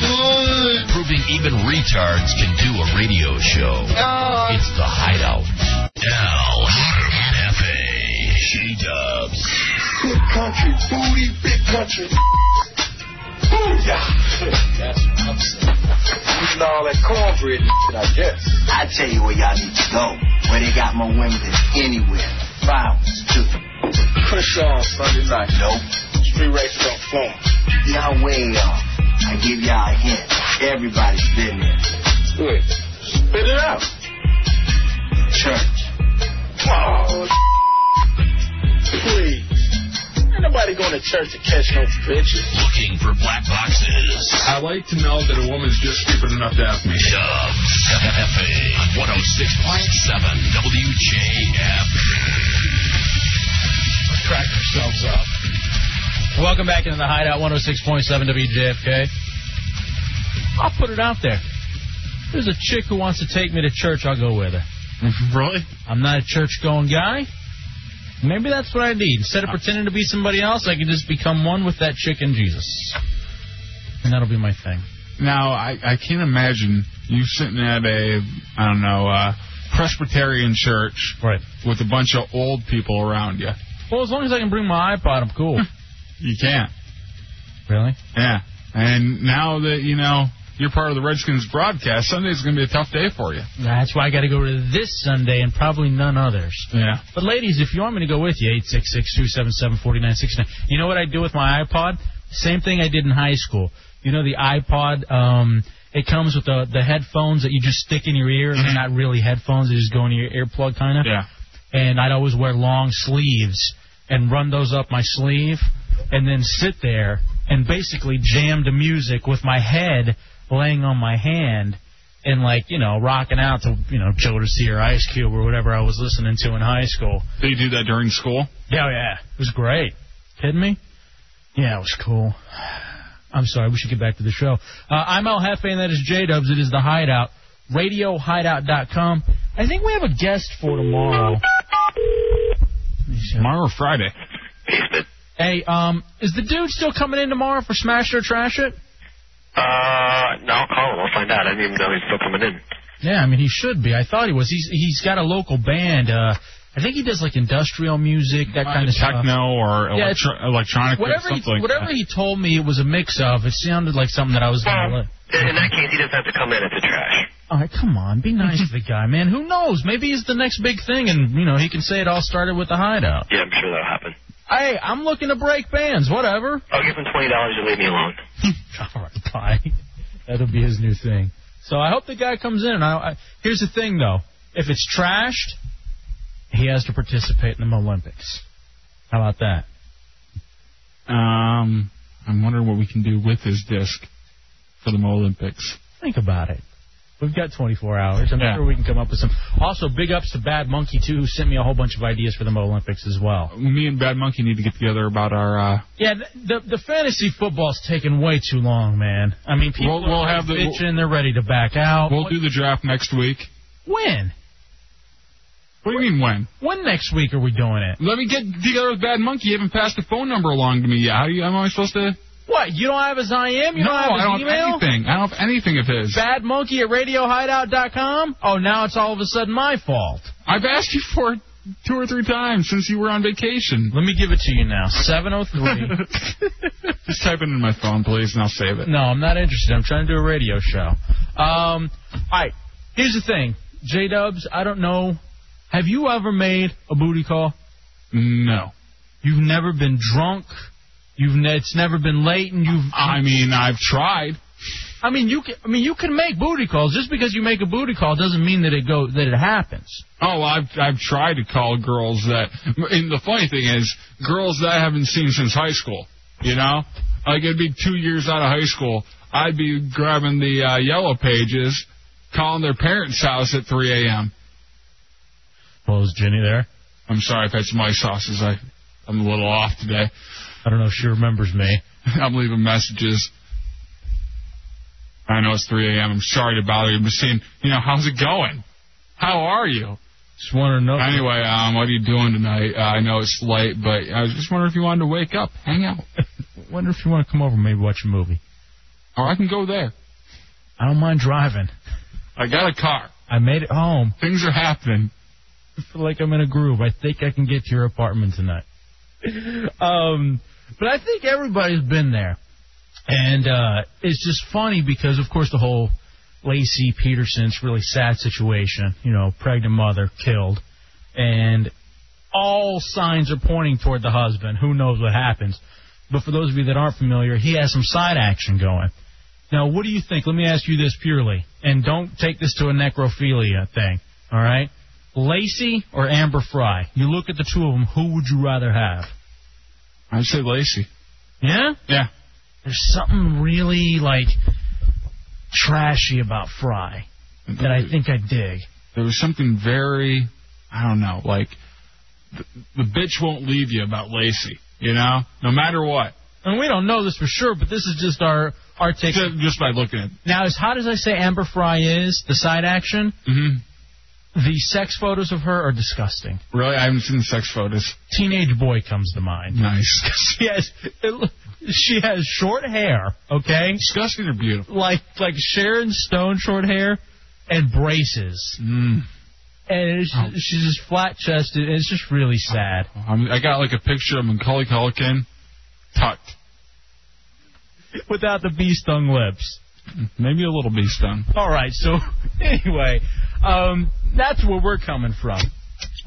[SPEAKER 13] Proving even retards can do a radio show. It's the Hideout. Now, Hefe, She Dubs.
[SPEAKER 14] Eating all that cornbread, I guess.
[SPEAKER 11] I tell you where y'all need to go. Where
[SPEAKER 15] they got my women anywhere. Violence, too. Crenshaw on Sunday night. Nope. Street races on form. Y'all way off. I give y'all a hint. Everybody's been there. Do it. Spit it out. Church. Oh, please. Ain't nobody going to church to catch no bitches.
[SPEAKER 4] Looking for black boxes.
[SPEAKER 6] I like to know that a woman's just stupid enough to ask me.
[SPEAKER 4] WFA on 106.7 WJF.
[SPEAKER 5] Crack yourselves up. Welcome back into the Hideout 106.7 WJFK. I'll put it out there. There's a chick who wants to take me to church. I'll go with her.
[SPEAKER 16] Really?
[SPEAKER 5] I'm not a church going guy. Maybe that's what I need. Instead of pretending to be somebody else, I can just become one with that chick and Jesus. And that'll be my thing.
[SPEAKER 6] Now, I, I can't imagine you sitting at a, I don't know, uh, Presbyterian church
[SPEAKER 5] right.
[SPEAKER 6] with a bunch of old people around you.
[SPEAKER 5] Well, as long as I can bring my iPod, I'm cool.
[SPEAKER 6] you can't.
[SPEAKER 5] Really?
[SPEAKER 6] Yeah. And now that, you know, you're part of the Redskins broadcast, Sunday's going to be a tough day for you.
[SPEAKER 5] That's why I got to go to this Sunday and probably none others.
[SPEAKER 6] Yeah.
[SPEAKER 5] But ladies, if you want me to go with you, eight six six two seven seven forty nine sixty nine. You know what I do with my iPod? Same thing I did in high school. You know the iPod. Um, it comes with the the headphones that you just stick in your ear. They're not really headphones. They just go in your earplug, kind of.
[SPEAKER 6] Yeah.
[SPEAKER 5] And I'd always wear long sleeves and run those up my sleeve, and then sit there and basically jam to music with my head laying on my hand and like you know rocking out to you know Jodeci or Ice Cube or whatever I was listening to in high school.
[SPEAKER 6] So you do that during school?
[SPEAKER 5] Yeah, yeah, it was great. Kidding me? Yeah, it was cool. I'm sorry, we should get back to the show. Uh, I'm El Jefe, and that is J Dubs. It is the Hideout. RadioHideout.com. I think we have a guest for tomorrow.
[SPEAKER 6] Tomorrow or Friday?
[SPEAKER 5] Hey, um, is the dude still coming in tomorrow for Smash or Trash It?
[SPEAKER 17] Uh, no, I'll call him. I'll find out. I didn't even know he's still coming in.
[SPEAKER 5] Yeah, I mean he should be. I thought he was. He's he's got a local band. Uh, I think he does like industrial music, that kind of stuff.
[SPEAKER 6] Techno or
[SPEAKER 5] Yeah, it's-
[SPEAKER 6] electro- electronic or
[SPEAKER 5] Whatever
[SPEAKER 6] something
[SPEAKER 5] he,
[SPEAKER 6] like
[SPEAKER 5] whatever he told me, it was a mix of. It sounded like something that I was gonna. Let.
[SPEAKER 17] In that case, he doesn't have to come in. It's a trash.
[SPEAKER 5] All right, come on, be nice to the guy, man. Who knows? Maybe he's the next big thing, and you know he can say it all started with the hideout.
[SPEAKER 17] Yeah, I'm sure that'll happen.
[SPEAKER 5] Hey, I'm looking to break bands. Whatever.
[SPEAKER 17] I'll give him twenty dollars and leave me alone.
[SPEAKER 5] All right, bye. That'll be his new thing. So I hope the guy comes in. And I, I, here's the thing, though: if it's trashed, he has to participate in the Olympics. How about that?
[SPEAKER 6] that. Um, I'm wondering what we can do with his disc for the Mo Olympics.
[SPEAKER 5] Think about it. We've got 24 hours. I'm
[SPEAKER 6] Yeah.
[SPEAKER 5] sure we can come up with some. Also, big ups to Bad Monkey too, who sent me a whole bunch of ideas for the Mo Olympics as well.
[SPEAKER 6] Me and Bad Monkey need to get together about our. Uh,
[SPEAKER 5] Yeah, th- the the fantasy football's taking way too long, man. I mean, people
[SPEAKER 6] We'll- we'll
[SPEAKER 5] are
[SPEAKER 6] have the-
[SPEAKER 5] bitching, they're ready to back out.
[SPEAKER 6] we'll do the draft next week.
[SPEAKER 5] when?
[SPEAKER 6] What do you mean when?
[SPEAKER 5] When next week are we doing it?
[SPEAKER 6] Let me get together with Bad Monkey. You haven't passed the phone number along to me yet. How do you? Am I supposed to?
[SPEAKER 5] What? You don't have his IM? You
[SPEAKER 6] no,
[SPEAKER 5] don't have his
[SPEAKER 6] I don't
[SPEAKER 5] email?
[SPEAKER 6] have anything. I don't have anything of his.
[SPEAKER 5] Badmonkey at RadioHideout.com? Oh, now it's all of a sudden my fault.
[SPEAKER 6] I've asked you for it two or three times since you were on vacation.
[SPEAKER 5] Let me give it to you now. 703.
[SPEAKER 6] Just type it in my phone, please, and I'll save it.
[SPEAKER 5] No, I'm not interested. I'm trying to do a radio show. Um, all right. Here's the thing, J Dubs. I don't know. Have you ever made a booty call?
[SPEAKER 6] No.
[SPEAKER 5] You've never been drunk. You've ne- it's never been late, and you've.
[SPEAKER 6] I mean, I've tried.
[SPEAKER 5] I mean, you can. I mean, you can make booty calls. Just because you make a booty call doesn't mean that it go that it happens.
[SPEAKER 6] Oh, well, I've I've tried to call girls that, and the funny thing is, girls that I haven't seen since high school. You know, like it'd be two years out of high school, I'd be grabbing the uh, yellow pages, calling their parents' house at 3 a.m.
[SPEAKER 5] Well, is Jenny there?
[SPEAKER 6] I'm sorry, I've had some ice sauces. I I'm a little off today.
[SPEAKER 5] I don't know if she remembers me.
[SPEAKER 6] I'm leaving messages. I know it's 3 a.m. I'm sorry to bother you. I'm just saying, you know, how's it going? How are you?
[SPEAKER 5] Just want to know.
[SPEAKER 6] Anyway, um, what are you doing tonight? Uh, I know it's late, but I was just wondering if you wanted to wake up, hang out,
[SPEAKER 5] Wonder if you want to come over, and maybe watch a movie.
[SPEAKER 6] or I can go there.
[SPEAKER 5] I don't mind driving.
[SPEAKER 6] I got a car.
[SPEAKER 5] I made it home.
[SPEAKER 6] Things are happening.
[SPEAKER 5] I feel like I'm in a groove. I think I can get to your apartment tonight. um, but I think everybody's been there, and uh, it's just funny because, of course, the whole Lacey Peterson. It's a really sad situation. You know, pregnant mother killed, and all signs are pointing toward the husband. Who knows what happens? But for those of you that aren't familiar, he has some side action going. Now, what do you think? Let me ask you this purely, and don't take this to a necrophilia thing. All right, Lacey or Amber Fry? You look at the two of them. Who would you rather have?
[SPEAKER 6] I'd say Lacey.
[SPEAKER 5] Yeah?
[SPEAKER 6] Yeah.
[SPEAKER 5] There's something really, like, trashy about Fry that I think I dig.
[SPEAKER 6] There was something very, I don't know, like the, the bitch won't leave you about Lacey. You know, no matter what.
[SPEAKER 5] And we don't know this for sure, but this is just our our take.
[SPEAKER 6] Just, just by looking at.
[SPEAKER 5] Now, as hot as I say Amber Fry is, the side action, the sex photos of her are disgusting.
[SPEAKER 6] mm-hmm. Really, I haven't seen the sex photos.
[SPEAKER 5] Teenage boy comes to mind.
[SPEAKER 6] Nice.
[SPEAKER 5] she has it, lo- she has short hair. Okay.
[SPEAKER 6] Disgusting or beautiful?
[SPEAKER 5] Like like Sharon Stone short hair and braces.
[SPEAKER 6] Mm.
[SPEAKER 5] And it's, she's just flat chested. It's just really sad.
[SPEAKER 6] I'm, I got like a picture of Macaulay Culkin tucked.
[SPEAKER 5] Without the bee stung lips.
[SPEAKER 6] Maybe a little bee stung.
[SPEAKER 5] All right. So anyway, um, that's where we're coming from.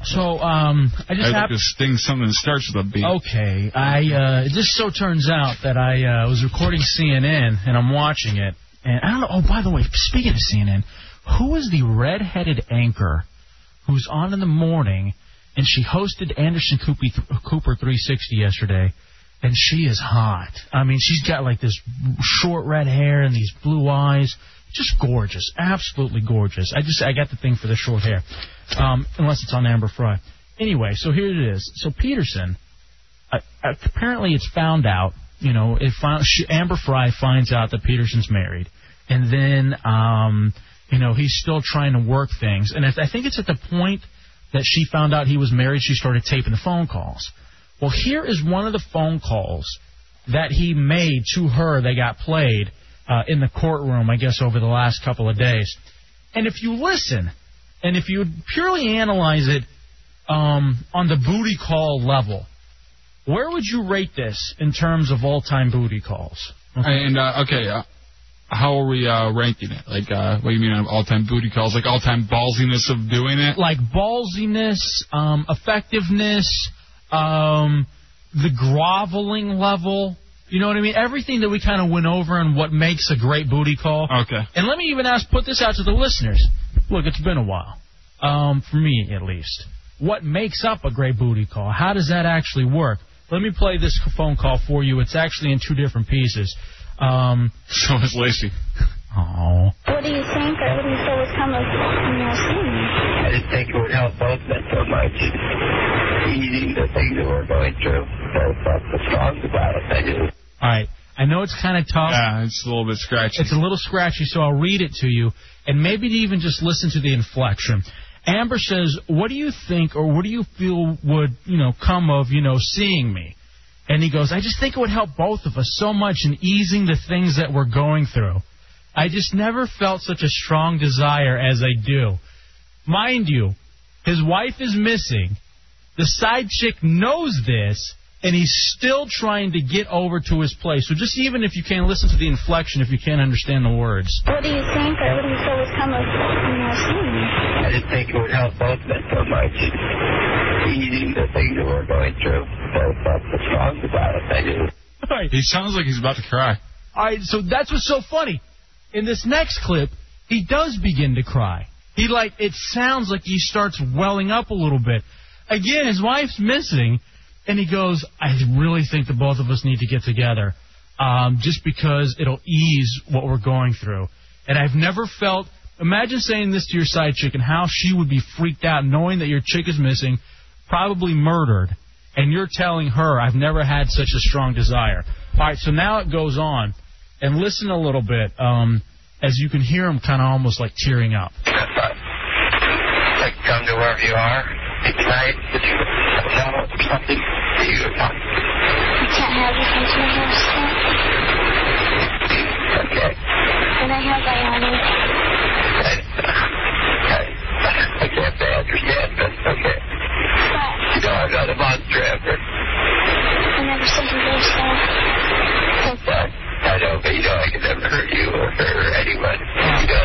[SPEAKER 5] So um, I just
[SPEAKER 6] I
[SPEAKER 5] hap- Oh,
[SPEAKER 6] like to sting something that starts with a B.
[SPEAKER 5] Okay, I uh, it just so turns out that I uh, was recording CNN and I'm watching it, and I don't know. Oh, by the way, speaking of CNN, who was the red-headed anchor who's on in the morning, and she hosted Anderson Cooper, Cooper 360 yesterday, and she is hot. I mean, she's got like this short red hair and these blue eyes. Just gorgeous, absolutely gorgeous. I just I got the thing for the short hair, um, unless it's on Amber Fry. Anyway, so here it is. So Peterson, uh, apparently it's found out. You know, it found, she, Amber Fry finds out that Peterson's married, and then um, you know he's still trying to work things. And I I think it's at the point that she found out he was married, she started taping the phone calls. Well, here is one of the phone calls that he made to her. They got played uh, in the courtroom, I guess, over the last couple of days. And if you listen, and if you purely analyze it um, on the booty call level, where would you rate this in terms of all-time booty calls?
[SPEAKER 6] And uh, okay, uh, how are we uh, ranking it? Like, uh, what do you mean all time booty calls? Like all time ballsiness of doing it?
[SPEAKER 5] Like ballsiness, um, effectiveness, um, the groveling level. You know what I mean? Everything that we kind of went over and what makes a great booty call.
[SPEAKER 6] Okay.
[SPEAKER 5] And let me even ask, put this out to the listeners. Look, it's been a while, um, for me at least. What makes up a great booty call? How does that actually work? Let me play this phone call for you. It's actually in two different pieces. Um,
[SPEAKER 6] so is Lacey.
[SPEAKER 5] Oh.
[SPEAKER 18] What do you think or what do you feel would come of you seeing me?
[SPEAKER 15] I just think it would help both of us so much. Easy the things that we're going through. Both of the songs about it. I just
[SPEAKER 5] All right. I know it's kind of tough.
[SPEAKER 6] Yeah, it's a little bit scratchy.
[SPEAKER 5] It's a little scratchy, so I'll read it to you, and maybe to even just listen to the inflection. Amber says, "What do you think, or what do you feel would you know come of you know seeing me?" And he goes, "I just think it would help both of us so much in easing the things that we're going through. I just never felt such a strong desire as I do. Mind you, his wife is missing." The side chick knows this, and he's still trying to get over to his place. So just even if you can't listen to the inflection, if you can't understand the words.
[SPEAKER 18] What do you think or what do you feel would come of you seeing me?
[SPEAKER 15] I just think it would help both of us so much. Easy the things that we're going through. Both of the songs about it. I just
[SPEAKER 6] He sounds like he's about to cry.
[SPEAKER 5] All right, so that's what's so funny. In this next clip, he does begin to cry. He like it sounds like he starts welling up a little bit. Again, his wife's missing, and he goes, "I really think the both of us need to get together, um, just because it'll ease what we're going through." And I've never felt. Imagine saying this to your side chick and how she would be freaked out knowing that your chick is missing, probably murdered, and you're telling her, I've never had such a strong desire. All right, so now it goes on, and listen a little bit, um, as you can hear him kind of almost like tearing up.
[SPEAKER 15] like come to wherever you are. It's night. It's know something. You
[SPEAKER 18] You can't have your come to
[SPEAKER 15] okay.
[SPEAKER 18] my house then? Then I have my own.
[SPEAKER 15] I can't say I understand, but okay. You know I'm not a monster ever.
[SPEAKER 18] I never said you were so.
[SPEAKER 15] I know, but you know I can never hurt you or hurt anyone. You know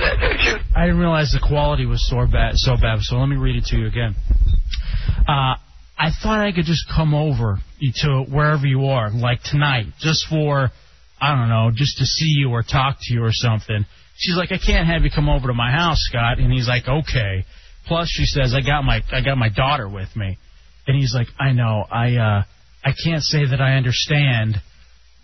[SPEAKER 15] that, do
[SPEAKER 5] realize the quality was so bad, so bad. So let me read it to you again. Uh, I thought I could just come over to wherever you are, like tonight, just for I don't know, just to see you or talk to you or something. She's like, I can't have you come over to my house, Scott. And he's like, okay. Plus, she says, I got my I got my daughter with me. And he's like, I know, I uh, I can't say that I understand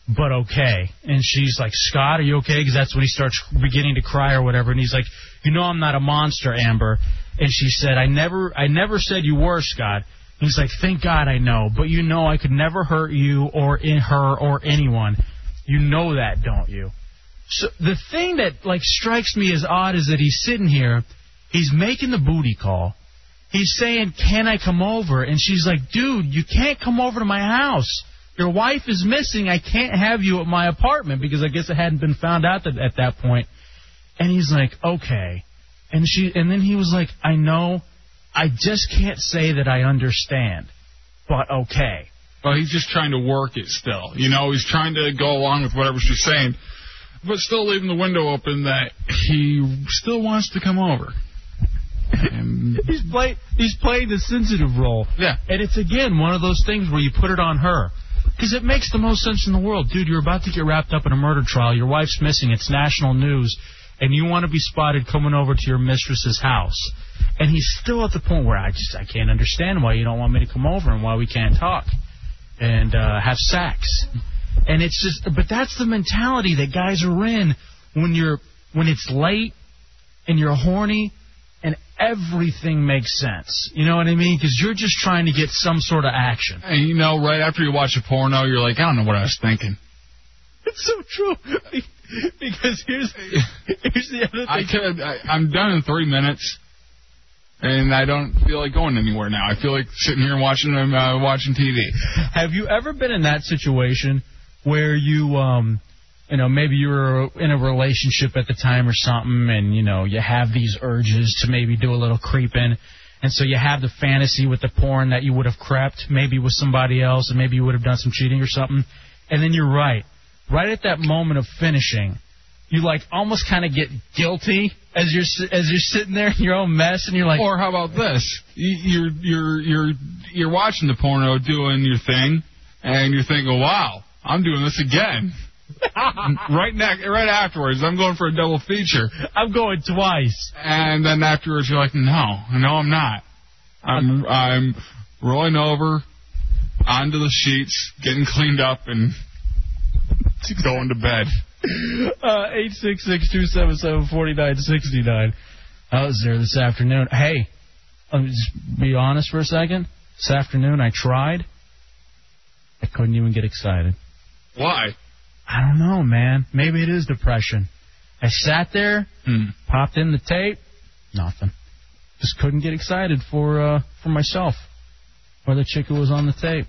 [SPEAKER 5] but okay. And she's like, Scott, are you okay? Because that's when he starts beginning to cry or whatever. And he's like, you know, I'm not a monster, Amber. And she said, I never, I never said you were, Scott. And he's like, thank God I know, but you know, I could never hurt you or in her or anyone. You know that, don't you? So the thing that like strikes me as odd is that he's sitting here, he's making the booty call. He's saying, "Can I come over?" And she's like, "Dude, you can't come over to my house. Your wife is missing. I can't have you at my apartment because I guess it hadn't been found out that at that point." And he's like, "Okay." And she and then he was like, "I know. I just can't say that I understand, but okay."
[SPEAKER 6] Well, he's just trying to work it still. You know, he's trying to go along with whatever she's saying, but still leaving the window open that he still wants to come over.
[SPEAKER 5] he's play he's playing the sensitive role. Yeah. And it's again one of those things where you put it on her. Because it makes the most sense in the world, dude. You're about to get wrapped up in a murder trial. Your wife's missing. It's national news, and you want to be spotted coming over to your mistress's house. And he's still at the point where I just I can't understand why you don't want me to come over and why we can't talk and uh, have sex. And it's just, but that's the mentality that guys are in when you're when it's late and you're horny and everything makes sense. You know what I mean? Because you're just trying to get some sort of action.
[SPEAKER 6] And you know, right after you watch a porno, you're like, I don't know what I was thinking.
[SPEAKER 5] It's so true. Because here's here's the other thing.
[SPEAKER 6] I could, I, I'm done in three minutes, and I don't feel like going anywhere now. I feel like sitting here and watching uh, watching TV.
[SPEAKER 5] Have you ever been in that situation where you, um, you know, maybe you were in a relationship at the time or something, and you know, you have these urges to maybe do a little creeping, and so you have the fantasy with the porn that you would have crept maybe with somebody else, and maybe you would have done some cheating or something, and then you're right, right at that moment of finishing. You like almost kind of get guilty as you're si- as you're sitting there in your own mess, and you're like,
[SPEAKER 6] or how about this? You- You're you're you're you're watching the porno, doing your thing, and you're thinking, "Wow, I'm doing this again." right next, right afterwards, I'm going for a double feature.
[SPEAKER 5] I'm going twice.
[SPEAKER 6] And then afterwards, you're like, "No, no, I'm not. I'm I'm rolling over onto the sheets, getting cleaned up, and going to bed."
[SPEAKER 5] Uh, Eight six six two seven seven forty nine sixty nine. I was there this afternoon. Hey, let me just be honest for a second. This afternoon I tried. I couldn't even get excited.
[SPEAKER 6] Why?
[SPEAKER 5] I don't know, man. Maybe it is depression. I sat there, popped in the tape, nothing. Just couldn't get excited for uh, for myself or the chick who was on the tape.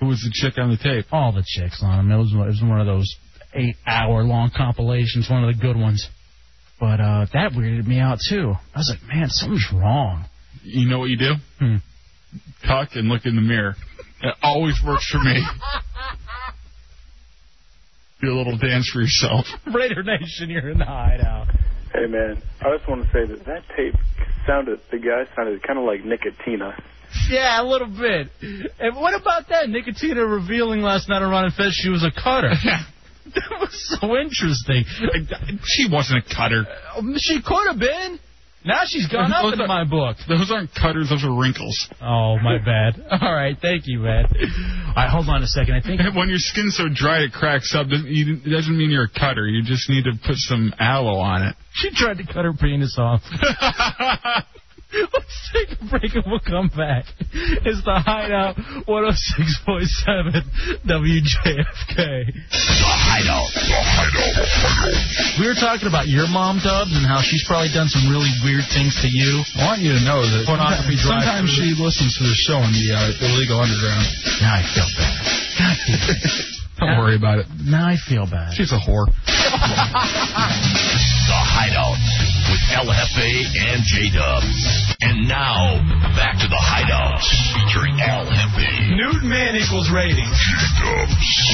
[SPEAKER 6] Who was the chick on the tape?
[SPEAKER 5] All the chicks on them. It was, it was one of those eight hour long compilations, one of the good ones. But uh, that weirded me out too. I was like, man, something's wrong.
[SPEAKER 6] You know what you do? Tuck and look in the mirror. It always works for me. Do a little dance for yourself.
[SPEAKER 5] Raider Nation, you're in the hideout.
[SPEAKER 19] Hey man, I just want to say that that tape sounded the guy sounded kind of like Nicotina.
[SPEAKER 5] Yeah, a little bit. And what about that? Nicotina revealing last night on Ron and Fez she was a cutter. that was so interesting.
[SPEAKER 6] She wasn't a cutter.
[SPEAKER 5] Um, She could have been. Now she's gone up in my book.
[SPEAKER 6] Those aren't cutters, those are wrinkles.
[SPEAKER 5] Oh, my bad. All right, thank you, man. All right, hold on a second. I think
[SPEAKER 6] When your skin's so dry it cracks up, doesn't, you, it doesn't mean you're a cutter. You just need to put some aloe on it.
[SPEAKER 5] She tried to cut her penis off. Let's take a break and we'll come back. It's the Hideout 106.7 WJFK. We were talking about your mom, Dubs, and how she's probably done some really weird things to you.
[SPEAKER 20] I want you to know that
[SPEAKER 5] Pornography drive
[SPEAKER 20] sometimes she listens to the show in the uh, illegal underground.
[SPEAKER 5] Now I feel bad.
[SPEAKER 20] Don't worry about it.
[SPEAKER 5] Now I feel bad.
[SPEAKER 20] She's a whore.
[SPEAKER 4] The Hideout with LFA and J Dubs. And now, back to the Hideout featuring LFA.
[SPEAKER 5] New
[SPEAKER 21] Man equals ratings.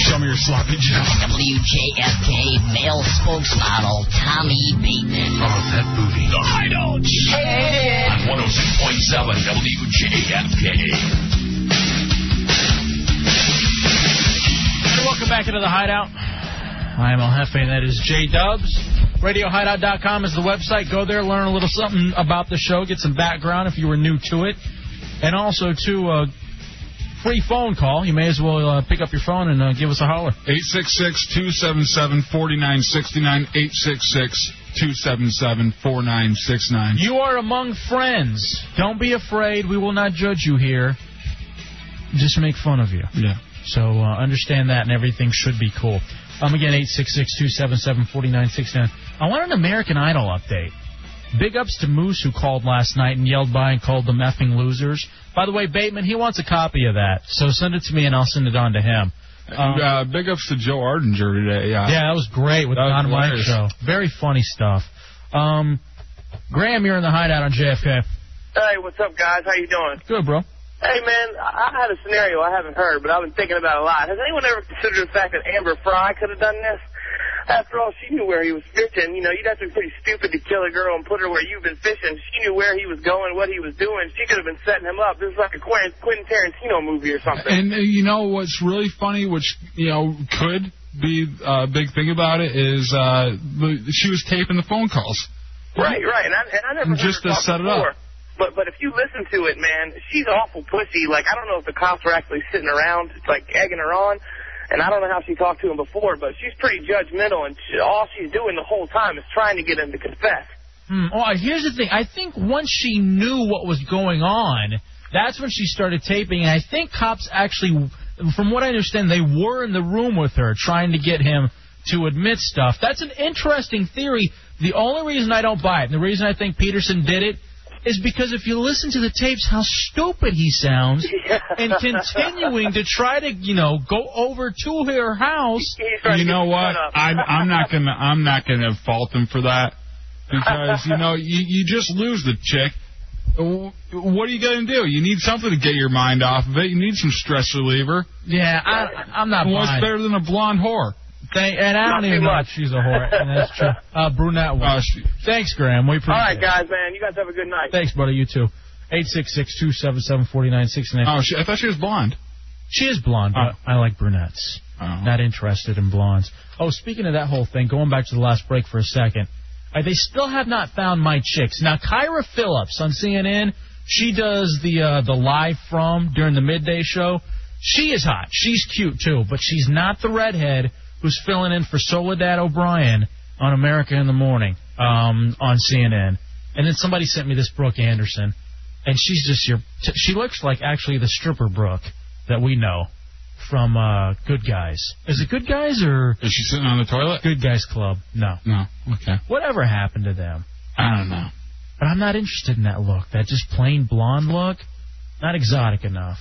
[SPEAKER 21] Show me your sloppy job.
[SPEAKER 22] WJFK male spokesmodel Tommy Bateman.
[SPEAKER 4] Oh, that booty. The Hideout. On 106.7 WJFK.
[SPEAKER 5] Hey, welcome back into the Hideout. I am El Jefe, and that is J Dubs. RadioHideout.com is the website. Go there, learn a little something about the show, get some background if you were new to it, and also to uh, free phone call. You may as well uh, pick up your phone and uh, give us a holler.
[SPEAKER 6] 866-277-4969, 866-277-4969.
[SPEAKER 5] You are among friends. Don't be afraid. We will not judge you here. Just make fun of you.
[SPEAKER 6] Yeah.
[SPEAKER 5] So uh, understand that, and everything should be cool. Um, again, eight six six two seven seven forty nine sixty nine. I want an American Idol update. Big ups to Moose who called last night and yelled by and called them effing losers. By the way, Bateman, he wants a copy of that, so send it to me and I'll send it on to him. Um,
[SPEAKER 6] And, uh, big ups to Joe Ardinger today.
[SPEAKER 20] uh,
[SPEAKER 6] Yeah,
[SPEAKER 5] yeah, that was great with
[SPEAKER 6] That was
[SPEAKER 5] Don White
[SPEAKER 6] hilarious.
[SPEAKER 5] show. Very funny stuff. Um, Graham, you're in the hideout on JFK.
[SPEAKER 23] Hey, what's up, guys? How you doing?
[SPEAKER 5] Good, bro.
[SPEAKER 23] Hey, man, I I had a scenario I haven't heard, but I've been thinking about it a lot. Has anyone ever considered the fact that Amber Fry could have done this? After all, she knew where he was fishing. You know, you'd have to be pretty stupid to kill a girl and put her where you've been fishing. She knew where he was going, what he was doing. She could have been setting him up. This is like a Quentin Quentin Tarantino movie or something.
[SPEAKER 6] And uh, you know what's really funny, which you know could be uh, a big thing about it, is uh, the- she was taping the phone calls.
[SPEAKER 23] Right, right. And I, and I never heard
[SPEAKER 6] Just
[SPEAKER 23] her
[SPEAKER 6] to
[SPEAKER 23] talk
[SPEAKER 6] set it up.
[SPEAKER 23] before. But but if you listen to it, man, she's awful pussy. Like I don't know if the cops were actually sitting around like egging her on, and I don't know how she talked to him before, but she's pretty judgmental, and she, all she's doing the whole time is trying to get him to confess.
[SPEAKER 5] Hmm. Well, here's the thing. I think once she knew what was going on, that's when she started taping. And I think cops actually, from what I understand, they were in the room with her trying to get him to admit stuff. That's an interesting theory. The only reason I don't buy it, and the reason I think Peterson did it, is because if you listen to the tapes, how stupid he sounds, and continuing to try to, you know, go over to her house.
[SPEAKER 6] you know what? I'm I'm not gonna I'm not gonna fault him for that because you know you you just lose the chick. W- What are you gonna do? You need something to get your mind off of it. You need some stress reliever.
[SPEAKER 5] Yeah, I, I'm not
[SPEAKER 6] What's
[SPEAKER 5] buying it.
[SPEAKER 6] better than a blonde whore?
[SPEAKER 5] Thank, and I don't even know if she's a whore. And that's true. Uh, brunette
[SPEAKER 6] Oh,
[SPEAKER 5] one. Thanks, Graham. We appreciate
[SPEAKER 23] All right,
[SPEAKER 5] it.
[SPEAKER 23] guys, man, you guys have a good night.
[SPEAKER 5] Thanks, buddy. You too. 866-277-4969.
[SPEAKER 6] Oh, she, I thought she was blonde.
[SPEAKER 5] She is blonde, but I like brunettes. Not interested in blondes. Oh, speaking of that whole thing, going back to the last break for a second, uh, they still have not found my chicks. Now, Kyra Phillips on CNN, she does the uh, the live from during the midday show. She is hot. She's cute too, but she's not the redhead who's filling in for Soledad O'Brien on America in the Morning um, on CNN. And then somebody sent me this Brooke Anderson, and she's just your. T- she looks like actually the stripper Brooke that we know from uh, Good Guys. Is it Good Guys or?
[SPEAKER 6] Is she sitting on the toilet?
[SPEAKER 5] Good Guys Club. No.
[SPEAKER 6] No. Okay.
[SPEAKER 5] Whatever happened to them?
[SPEAKER 6] I don't know.
[SPEAKER 5] But I'm not interested in that look. That just plain blonde look. Not exotic enough.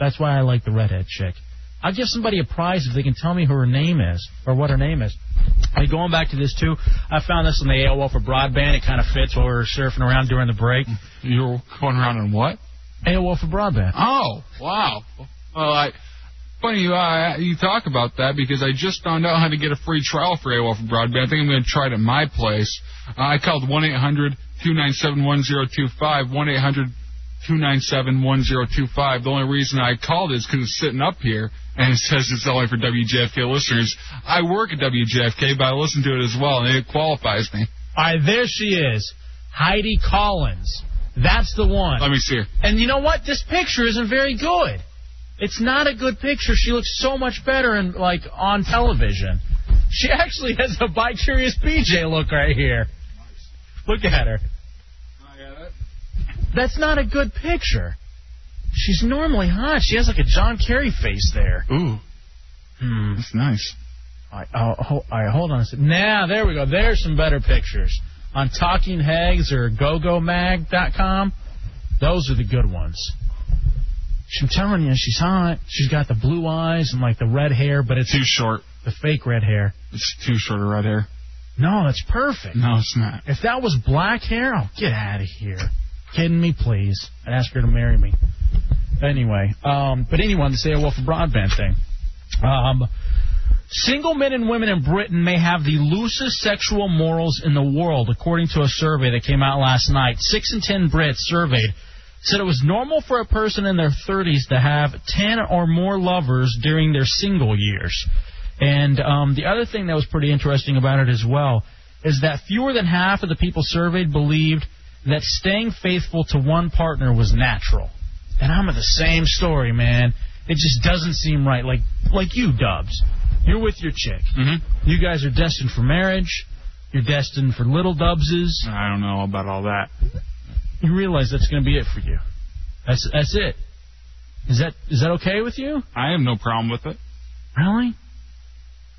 [SPEAKER 5] That's why I like the redhead chick. I'll give somebody a prize if they can tell me who her name is or what her name is. Hey, going back to this too, I found this on the AOL for broadband. It kind of fits while we were surfing around during the break.
[SPEAKER 6] You were going around on what?
[SPEAKER 5] AOL for broadband.
[SPEAKER 6] Oh, wow. Well, I, funny you uh, you talk about that because I just found out how to get a free trial for AOL for broadband. I think I'm going to try it at my place. Uh, I called 1 800 297 1025, 1 800 297 1025. The only reason I called is because it's sitting up here and it says it's only for WJFK listeners. I work at WJFK, but I listen to it as well, and it qualifies me.
[SPEAKER 5] All right, there she is, Heidi Collins. That's the one. Let
[SPEAKER 6] me see her.
[SPEAKER 5] And you know what? This picture isn't very good. It's not a good picture. She looks so much better in like on television. She actually has a bi-curious PJ look right here. Look at her. That's not a good picture. She's normally hot. She has like a John Kerry face there.
[SPEAKER 6] Ooh.
[SPEAKER 5] Hmm.
[SPEAKER 6] That's nice.
[SPEAKER 5] All right, oh, ho- all right, hold on a second. Now, there we go. There's some better pictures on Talking Hags or GoGoMag.com. Those are the good ones. I'm telling you, she's hot. She's got the blue eyes and like the red hair, but it's
[SPEAKER 6] too short.
[SPEAKER 5] The fake red hair.
[SPEAKER 6] It's too short of red hair.
[SPEAKER 5] No, that's perfect.
[SPEAKER 6] No, it's not.
[SPEAKER 5] If that was black hair, oh, get out of here. Kidding me, please. I'd ask her to marry me. Anyway, um, but anyone to say a Wolf broadband thing. Um, single men and women in Britain may have the loosest sexual morals in the world, according to a survey that came out last night. Six in ten Brits surveyed said it was normal for a person in their 30s to have 10 or more lovers during their single years. And um, the other thing that was pretty interesting about it as well is that fewer than half of the people surveyed believed that staying faithful to one partner was natural. And I'm of the same story, man. It just doesn't seem right. Like like you, Dubs. You're with your chick. Mm-hmm. You guys are destined for marriage. You're destined for little Dubses. I don't know about all that. You realize that's going to be it for you. That's that's it. Is that is that okay with you?
[SPEAKER 6] I have no problem with it.
[SPEAKER 5] Really?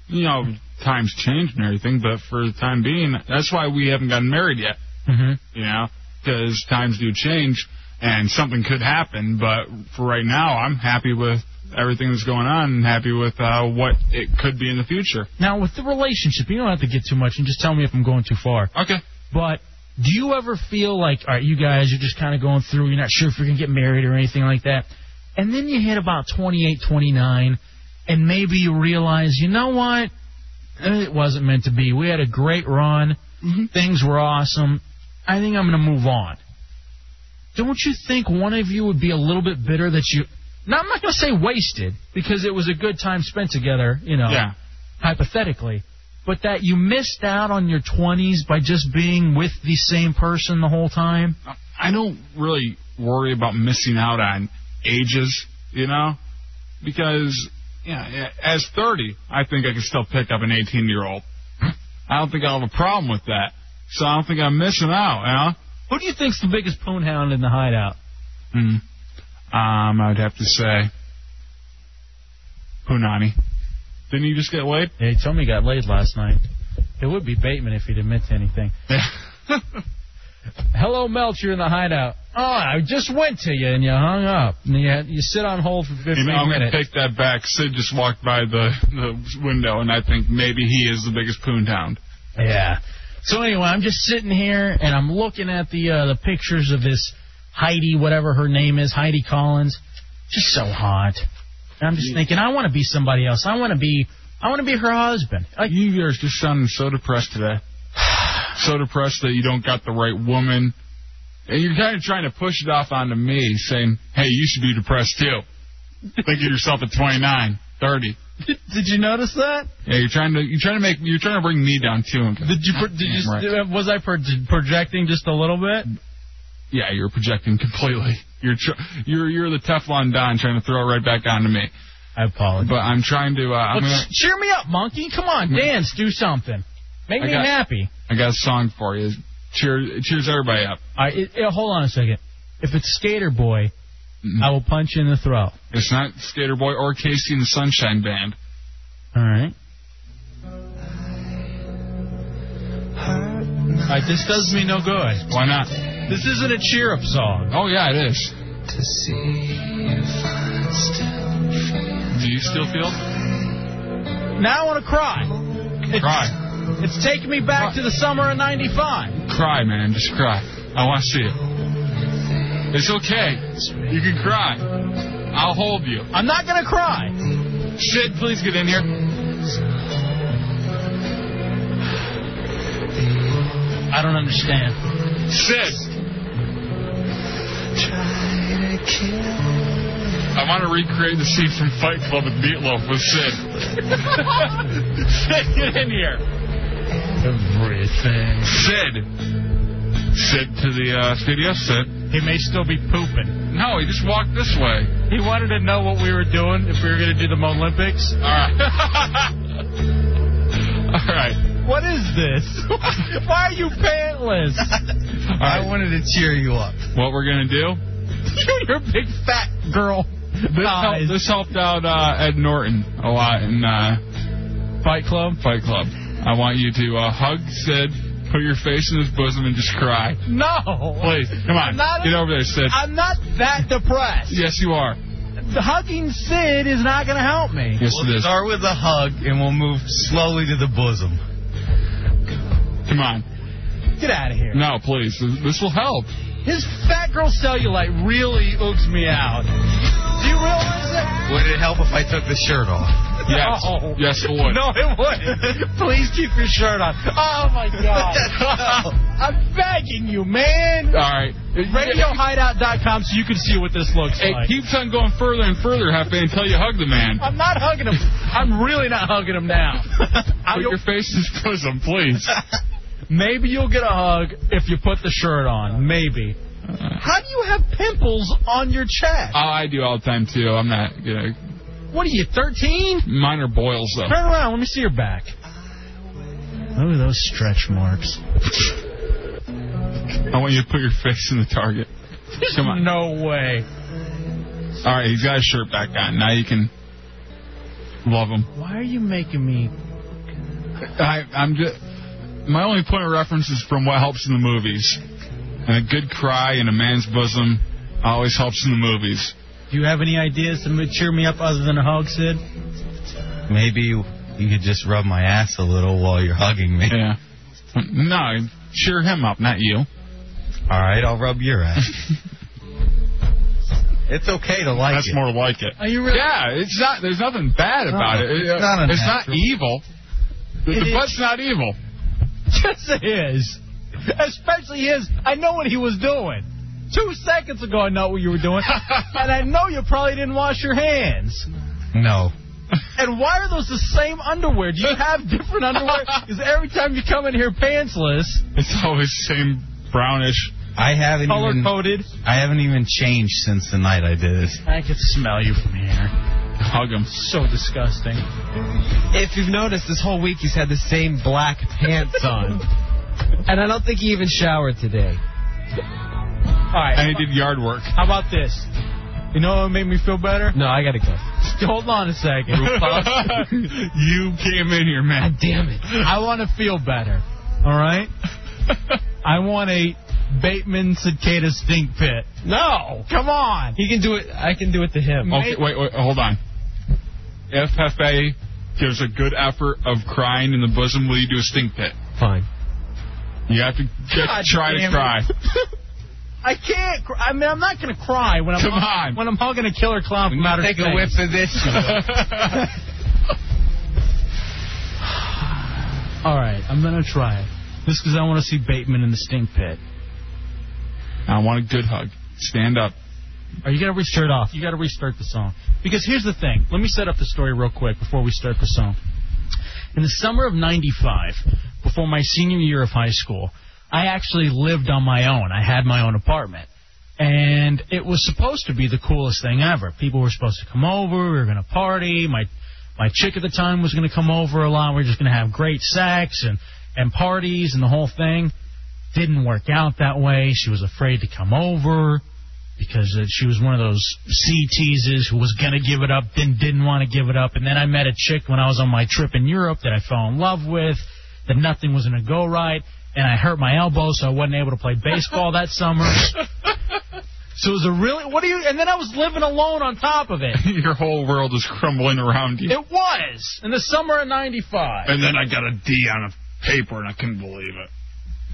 [SPEAKER 6] You know, times change and everything, but for the time being, that's why we haven't gotten married yet.
[SPEAKER 5] Mm-hmm.
[SPEAKER 6] you know, because times do change and something could happen. But for right now, I'm happy with everything that's going on and happy with uh, what it could be in the future.
[SPEAKER 5] Now, with the relationship, you don't have to get too much, and just tell me if I'm going too far.
[SPEAKER 6] Okay.
[SPEAKER 5] But do you ever feel like, all right, you guys, you're just kind of going through, you're not sure if you're going to get married or anything like that, and then you hit about 28, 29, and maybe you realize, you know what? Eh, It wasn't meant to be. We had a great run. Things were awesome. I think I'm going to move on. Don't you think one of you would be a little bit bitter that you? Now I'm not going to say wasted because it was a good time spent together, you know,
[SPEAKER 6] Yeah.
[SPEAKER 5] hypothetically. But that you missed out on your 20s by just being with the same person the whole time.
[SPEAKER 6] I don't really worry about missing out on ages, you know, because yeah, yeah, as 30, I think I can still pick up an 18 year old. I don't think I'll have a problem with that. So I don't think I'm missing out, you know.
[SPEAKER 5] Who do you think's the biggest poon hound in the hideout?
[SPEAKER 6] Mm. Um, I would have to say Punani. Didn't he just get laid?
[SPEAKER 5] Yeah, he told me he got laid last night. It would be Bateman if he'd admit to anything. Hello, Melcher in the hideout. Oh, I just went to you and you hung up. And you, had, you sit on hold for 15
[SPEAKER 6] You know, I'm
[SPEAKER 5] minutes.
[SPEAKER 6] gonna take that back. Sid just walked by the, the window, and I think maybe he is the biggest poonhound.
[SPEAKER 5] Yeah. So anyway, I'm just sitting here and I'm looking at the uh, the pictures of this Heidi, whatever her name is, Heidi Collins. Just so hot. And I'm just thinking, I want to be somebody else. I want to be, I want to be her husband.
[SPEAKER 6] you are just sounding so depressed today. So depressed that you don't got the right woman, and you're kind of trying to push it off onto me, saying, "Hey, you should be depressed too. Think of yourself at 29, 30."
[SPEAKER 5] Did you notice that?
[SPEAKER 6] Yeah, you're trying to you're trying to make you're trying to bring me down too.
[SPEAKER 5] Did you, pro- did you was I pro- projecting just a little bit?
[SPEAKER 6] Yeah, you're projecting completely. You're tr- you're you're the Teflon Don trying to throw it right back onto me.
[SPEAKER 5] I apologize.
[SPEAKER 6] But I'm trying to. Uh, I'm
[SPEAKER 5] Well,
[SPEAKER 6] gonna,
[SPEAKER 5] ch- cheer me up, monkey. Come on, dance, do something. Make
[SPEAKER 6] I
[SPEAKER 5] me
[SPEAKER 6] got-
[SPEAKER 5] happy.
[SPEAKER 6] I got a song for you. Cheer, cheers everybody up.
[SPEAKER 5] All right, it, it- hold on a second. If it's Skater Boy, I will punch you in the throat.
[SPEAKER 6] It's not Skater Boy or Casey and the Sunshine Band.
[SPEAKER 5] All right. All right, this does me no good.
[SPEAKER 6] Why not?
[SPEAKER 5] This isn't a cheer up song.
[SPEAKER 6] Oh yeah, it is.
[SPEAKER 5] To see if I
[SPEAKER 6] Do you still feel?
[SPEAKER 5] Now I want to cry. It's,
[SPEAKER 6] cry.
[SPEAKER 5] It's taking me back to the summer of '95.
[SPEAKER 6] Cry, man, just cry. I want to see it. It's okay. You can cry. I'll hold you.
[SPEAKER 5] I'm not gonna cry.
[SPEAKER 6] Sid, please get in here.
[SPEAKER 5] I don't understand.
[SPEAKER 6] Sid. I want to recreate the scene from Fight Club with Meatloaf with Sid. Sid, get in here.
[SPEAKER 5] Everything.
[SPEAKER 6] Sid. Sid to the uh, studio. Sid.
[SPEAKER 5] He may still be pooping.
[SPEAKER 6] No, he just walked this way.
[SPEAKER 5] He wanted to know what we were doing if we were going to do the Olympics.
[SPEAKER 6] All right. All right.
[SPEAKER 5] What is this? Why are you pantless?
[SPEAKER 6] I
[SPEAKER 5] wanted to cheer you up.
[SPEAKER 6] What we're gonna do?
[SPEAKER 5] You're a big fat girl.
[SPEAKER 6] This, helped, this helped out uh, Ed Norton a lot in uh,
[SPEAKER 5] Fight Club.
[SPEAKER 6] Fight Club. I want you to uh, hug Sid, put your face in his bosom, and just cry.
[SPEAKER 5] No.
[SPEAKER 6] Please, come
[SPEAKER 5] I'm
[SPEAKER 6] on,
[SPEAKER 5] not-
[SPEAKER 6] get over there, Sid.
[SPEAKER 5] I'm not that depressed.
[SPEAKER 6] Yes, you are.
[SPEAKER 5] The Hugging Sid is not going to help me.
[SPEAKER 6] Yes, it is.
[SPEAKER 15] Start with a hug, and we'll move slowly to the bosom.
[SPEAKER 6] Come on.
[SPEAKER 5] Get out of here.
[SPEAKER 6] No, please. This will help.
[SPEAKER 5] His fat girl cellulite really oogs me out.
[SPEAKER 1] Do you realize that?
[SPEAKER 5] Would it help if I took the shirt off?
[SPEAKER 1] Yes.
[SPEAKER 5] No. Yes, it would.
[SPEAKER 1] No, it wouldn't. Please keep your shirt on. Oh my God! I'm begging you, man.
[SPEAKER 15] Uh,
[SPEAKER 6] All right.
[SPEAKER 5] RadioHideout.com so you can see what this looks
[SPEAKER 6] It
[SPEAKER 5] like.
[SPEAKER 6] keeps on going further and further, Hefe, until you hug the man.
[SPEAKER 5] I'm not hugging him. I'm really not hugging him now.
[SPEAKER 6] Put your face in his bosom, please.
[SPEAKER 5] Maybe you'll get a hug if you put the shirt on. Maybe. How do you have pimples on your chest?
[SPEAKER 6] Oh, I do all the time, too. I'm not going
[SPEAKER 5] What are you, 13?
[SPEAKER 6] to... Minor boils, though.
[SPEAKER 5] Turn around. Let me see your back. Look at those stretch marks.
[SPEAKER 6] I want you to put your face in the target. Come on.
[SPEAKER 5] No way.
[SPEAKER 6] All right, he's got his shirt back on. Now you can love him.
[SPEAKER 5] Why are you making me?
[SPEAKER 6] I, I'm just. My only point of reference is from what helps in the movies. And a good cry in a man's bosom always helps in the movies.
[SPEAKER 5] Do you have any ideas to cheer me up other than a hug, Sid?
[SPEAKER 11] Maybe you, you could just rub my ass a little while you're hugging me.
[SPEAKER 6] Yeah. No, cheer him up, not you.
[SPEAKER 11] All right, I'll rub your ass. it's okay to like
[SPEAKER 6] That's
[SPEAKER 11] it.
[SPEAKER 6] more like it.
[SPEAKER 5] Are you really?
[SPEAKER 6] Yeah, it's not. There's nothing bad
[SPEAKER 11] No,
[SPEAKER 6] about it.
[SPEAKER 11] it's not
[SPEAKER 6] it's not
[SPEAKER 11] unnatural.
[SPEAKER 6] evil. The,
[SPEAKER 5] It
[SPEAKER 6] the
[SPEAKER 5] is-
[SPEAKER 6] butt's not evil.
[SPEAKER 5] Yes, it is. Especially his. I know what he was doing. Two seconds ago, I know what you were doing. and I know you probably didn't wash your hands.
[SPEAKER 11] No.
[SPEAKER 5] And why are those the same underwear? Do you have different underwear? Because every time you come in here pantsless,
[SPEAKER 6] It's always same brownish.
[SPEAKER 11] I haven't
[SPEAKER 5] color
[SPEAKER 11] even
[SPEAKER 5] coded.
[SPEAKER 11] I haven't even changed since the night I did it.
[SPEAKER 5] I could smell you from here.
[SPEAKER 6] Hug him.
[SPEAKER 5] So disgusting.
[SPEAKER 7] If you've noticed, this whole week he's had the same black pants on. And I don't think he even showered today.
[SPEAKER 5] All right.
[SPEAKER 6] And he did yard work.
[SPEAKER 5] How about this? You know what made me feel better?
[SPEAKER 7] No, I gotta go.
[SPEAKER 5] Hold on a second.
[SPEAKER 6] you came in here, man.
[SPEAKER 5] Damn it. I want to feel better. All right? I want a Bateman cicada stink pit. No! Come on!
[SPEAKER 7] He can do it. I can do it to him.
[SPEAKER 6] Okay, wait, wait, hold on. If Hefe gives a good effort of crying in the bosom, will you do a stink pit?
[SPEAKER 7] Fine.
[SPEAKER 6] You have to get,
[SPEAKER 5] God
[SPEAKER 6] try to
[SPEAKER 5] damn it.
[SPEAKER 6] cry.
[SPEAKER 5] I can't. Cr- I mean, I'm not gonna cry when I'm
[SPEAKER 6] Come on.
[SPEAKER 5] when I'm hugging a killer clown from outer
[SPEAKER 11] Take
[SPEAKER 5] space.
[SPEAKER 11] a whiff of this. you will.
[SPEAKER 5] All right, I'm gonna try it. Just because I want to see Bateman in the stink pit.
[SPEAKER 6] I want a good hug. Stand up.
[SPEAKER 5] Are you gonna restart off? You gotta restart the song. Because here's the thing. Let me set up the story real quick before we start the song. In the summer of '95, before my senior year of high school, I actually lived on my own. I had my own apartment. And it was supposed to be the coolest thing ever. People were supposed to come over. We were going to party. My my chick at the time was going to come over a lot. We were just going to have great sex and and parties and the whole thing. Didn't work out that way. She was afraid to come over because uh, she was one of those C teases who was gonna give it up, then didn't want to give it up, and then I met a chick when I was on my trip in Europe that I fell in love with, that nothing was gonna go right, and I hurt my elbow, so I wasn't able to play baseball that summer. So it was a really what do you? And then I was living alone on top of it.
[SPEAKER 6] Your whole world is crumbling around you.
[SPEAKER 5] It was in the summer of '95.
[SPEAKER 6] And then I got a D on a paper and I couldn't believe it.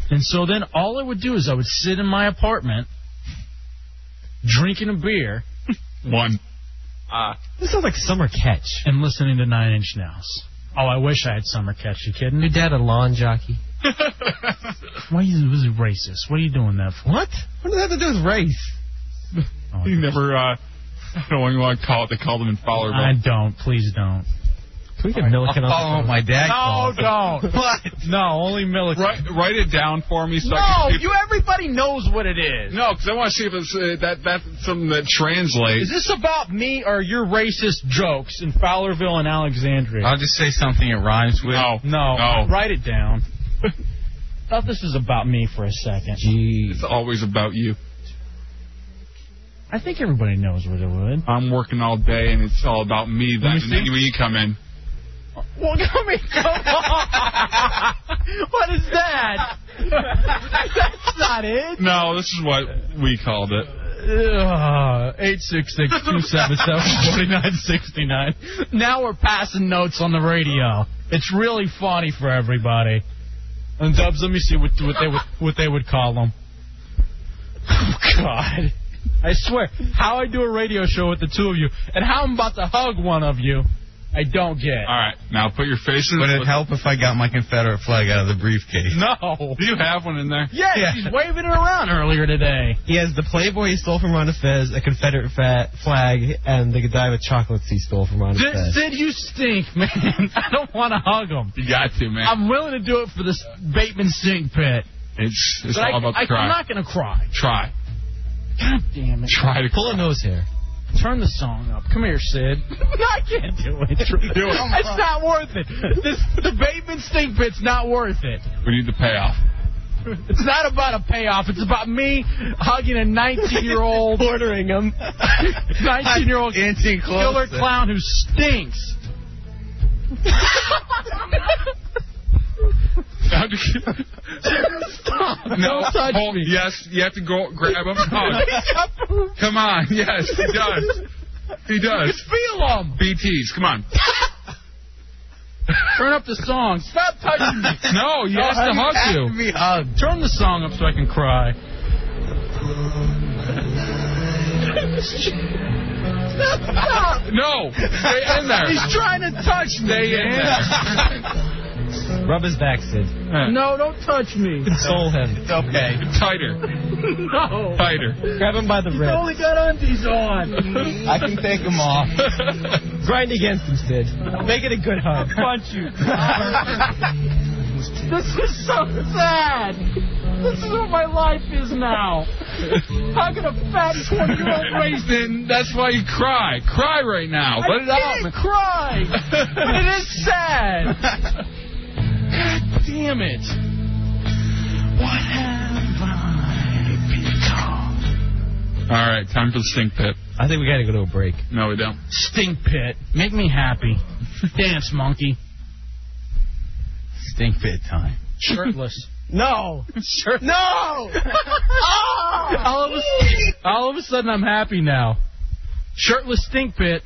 [SPEAKER 5] And so then all I would do is I would sit in my apartment, drinking a beer,
[SPEAKER 6] One.
[SPEAKER 7] This sounds like summer catch.
[SPEAKER 5] and listening to Nine Inch Nails. Oh, I wish I had summer catch. You kidding?
[SPEAKER 7] Your dad a lawn jockey.
[SPEAKER 5] Why you was it racist? What are you doing that for?
[SPEAKER 7] What? What does that have to do with race?
[SPEAKER 11] Oh,
[SPEAKER 6] You never, uh, I don't even want to call it. They called him in
[SPEAKER 5] I
[SPEAKER 6] Fowlerville.
[SPEAKER 5] don't. Please don't.
[SPEAKER 7] Can we get Milliken
[SPEAKER 11] I'll follow
[SPEAKER 7] on
[SPEAKER 11] what
[SPEAKER 7] the
[SPEAKER 11] Oh, my dad
[SPEAKER 7] phone?
[SPEAKER 5] No,
[SPEAKER 11] calls.
[SPEAKER 5] don't.
[SPEAKER 11] What?
[SPEAKER 5] No, only Milliken.
[SPEAKER 6] Write, write it down for me so I
[SPEAKER 5] No,
[SPEAKER 6] can see.
[SPEAKER 5] you. Everybody knows what it is.
[SPEAKER 6] No, because I want to see if it's, uh, that that's something that
[SPEAKER 5] Is
[SPEAKER 6] translates.
[SPEAKER 5] this about me or your racist jokes in Fowlerville and Alexandria?
[SPEAKER 11] I'll just say something it rhymes with.
[SPEAKER 6] No.
[SPEAKER 5] Uh, no,
[SPEAKER 6] No.
[SPEAKER 5] write it down. Thought this was about me for a second.
[SPEAKER 6] It's always about you.
[SPEAKER 5] I think everybody knows what it would.
[SPEAKER 6] I'm working all day and it's all about me. Then
[SPEAKER 5] Let me
[SPEAKER 6] and then
[SPEAKER 5] see.
[SPEAKER 6] when you come in,
[SPEAKER 5] Well, I mean, come on. what is that? That's not it.
[SPEAKER 6] no, this is what we called it.
[SPEAKER 5] Eight six six two seven seven forty nine sixty nine. Now we're passing notes on the radio. It's really funny for everybody. And Dubs, let me see what, what they would what they would call them. Oh God. I swear, how I do a radio show with the two of you, and how I'm about to hug one of you, I don't get. All
[SPEAKER 6] right, now put your faces.
[SPEAKER 11] Would it help if I got my Confederate flag out of the briefcase?
[SPEAKER 5] No.
[SPEAKER 6] Do you have one in there?
[SPEAKER 5] Yes,
[SPEAKER 11] Yeah.
[SPEAKER 5] he's waving it around earlier today.
[SPEAKER 7] He has the Playboy he stole from Ronda Fez, a Confederate fa- flag, and the Godiva chocolates he stole from Ronda
[SPEAKER 5] Sid,
[SPEAKER 7] Fez.
[SPEAKER 5] Sid, you stink, man. I don't want to hug him.
[SPEAKER 6] You got to, man.
[SPEAKER 5] I'm willing to do it for this Bateman stink pit.
[SPEAKER 6] It's it's
[SPEAKER 5] but
[SPEAKER 6] all
[SPEAKER 5] I,
[SPEAKER 6] about the
[SPEAKER 5] I,
[SPEAKER 6] cry.
[SPEAKER 5] I'm not going to cry.
[SPEAKER 6] Try.
[SPEAKER 5] God damn it.
[SPEAKER 6] Try to
[SPEAKER 5] pull a nose hair. Turn the song up. Come here, Sid. I can't do it.
[SPEAKER 6] Do it.
[SPEAKER 5] It's not worth it. This the Bateman stink pit's not worth it.
[SPEAKER 6] We need the payoff.
[SPEAKER 5] It's not about a payoff. It's about me hugging a 19-year-old,
[SPEAKER 7] ordering him,
[SPEAKER 5] 19-year-old
[SPEAKER 11] inching
[SPEAKER 5] killer
[SPEAKER 11] closer.
[SPEAKER 5] clown who stinks.
[SPEAKER 6] Stop. No,
[SPEAKER 21] Don't touch
[SPEAKER 6] hold, Yes, you have to go grab him. Hug. Come on. Yes, he does. He does.
[SPEAKER 5] feel him.
[SPEAKER 6] BTs, come on.
[SPEAKER 5] Turn up the song. Stop touching me.
[SPEAKER 6] No, you asked to hug you.
[SPEAKER 5] Turn the song up so I can cry.
[SPEAKER 6] No, stay in there.
[SPEAKER 5] He's trying to touch me.
[SPEAKER 6] Stay in there.
[SPEAKER 7] Rub his back, Sid.
[SPEAKER 5] No, don't touch me.
[SPEAKER 7] Console him.
[SPEAKER 11] It's okay.
[SPEAKER 6] Tighter,
[SPEAKER 5] No.
[SPEAKER 6] tighter.
[SPEAKER 7] Grab him by the
[SPEAKER 5] He's
[SPEAKER 7] wrist.
[SPEAKER 5] only got undies on.
[SPEAKER 11] I can take them off.
[SPEAKER 7] Grind against him, Sid. Make it a good hug.
[SPEAKER 5] Punch you. this is so sad. This is what my life is now. Hugging a fat 20 year old
[SPEAKER 6] Raisin, that's why you cry. Cry right now. Let it out.
[SPEAKER 5] didn't cry. but it is sad. God damn it. What have I become?
[SPEAKER 6] All right, time for the stink pit.
[SPEAKER 7] I think we gotta go to a break.
[SPEAKER 6] No, we don't.
[SPEAKER 5] Stink pit. Make me happy. Dance, monkey.
[SPEAKER 11] Stink pit time.
[SPEAKER 5] Shirtless.
[SPEAKER 7] No!
[SPEAKER 5] Shirt.
[SPEAKER 7] No!
[SPEAKER 5] Ah! All of, a, all of a sudden, I'm happy now. Shirtless stink pit.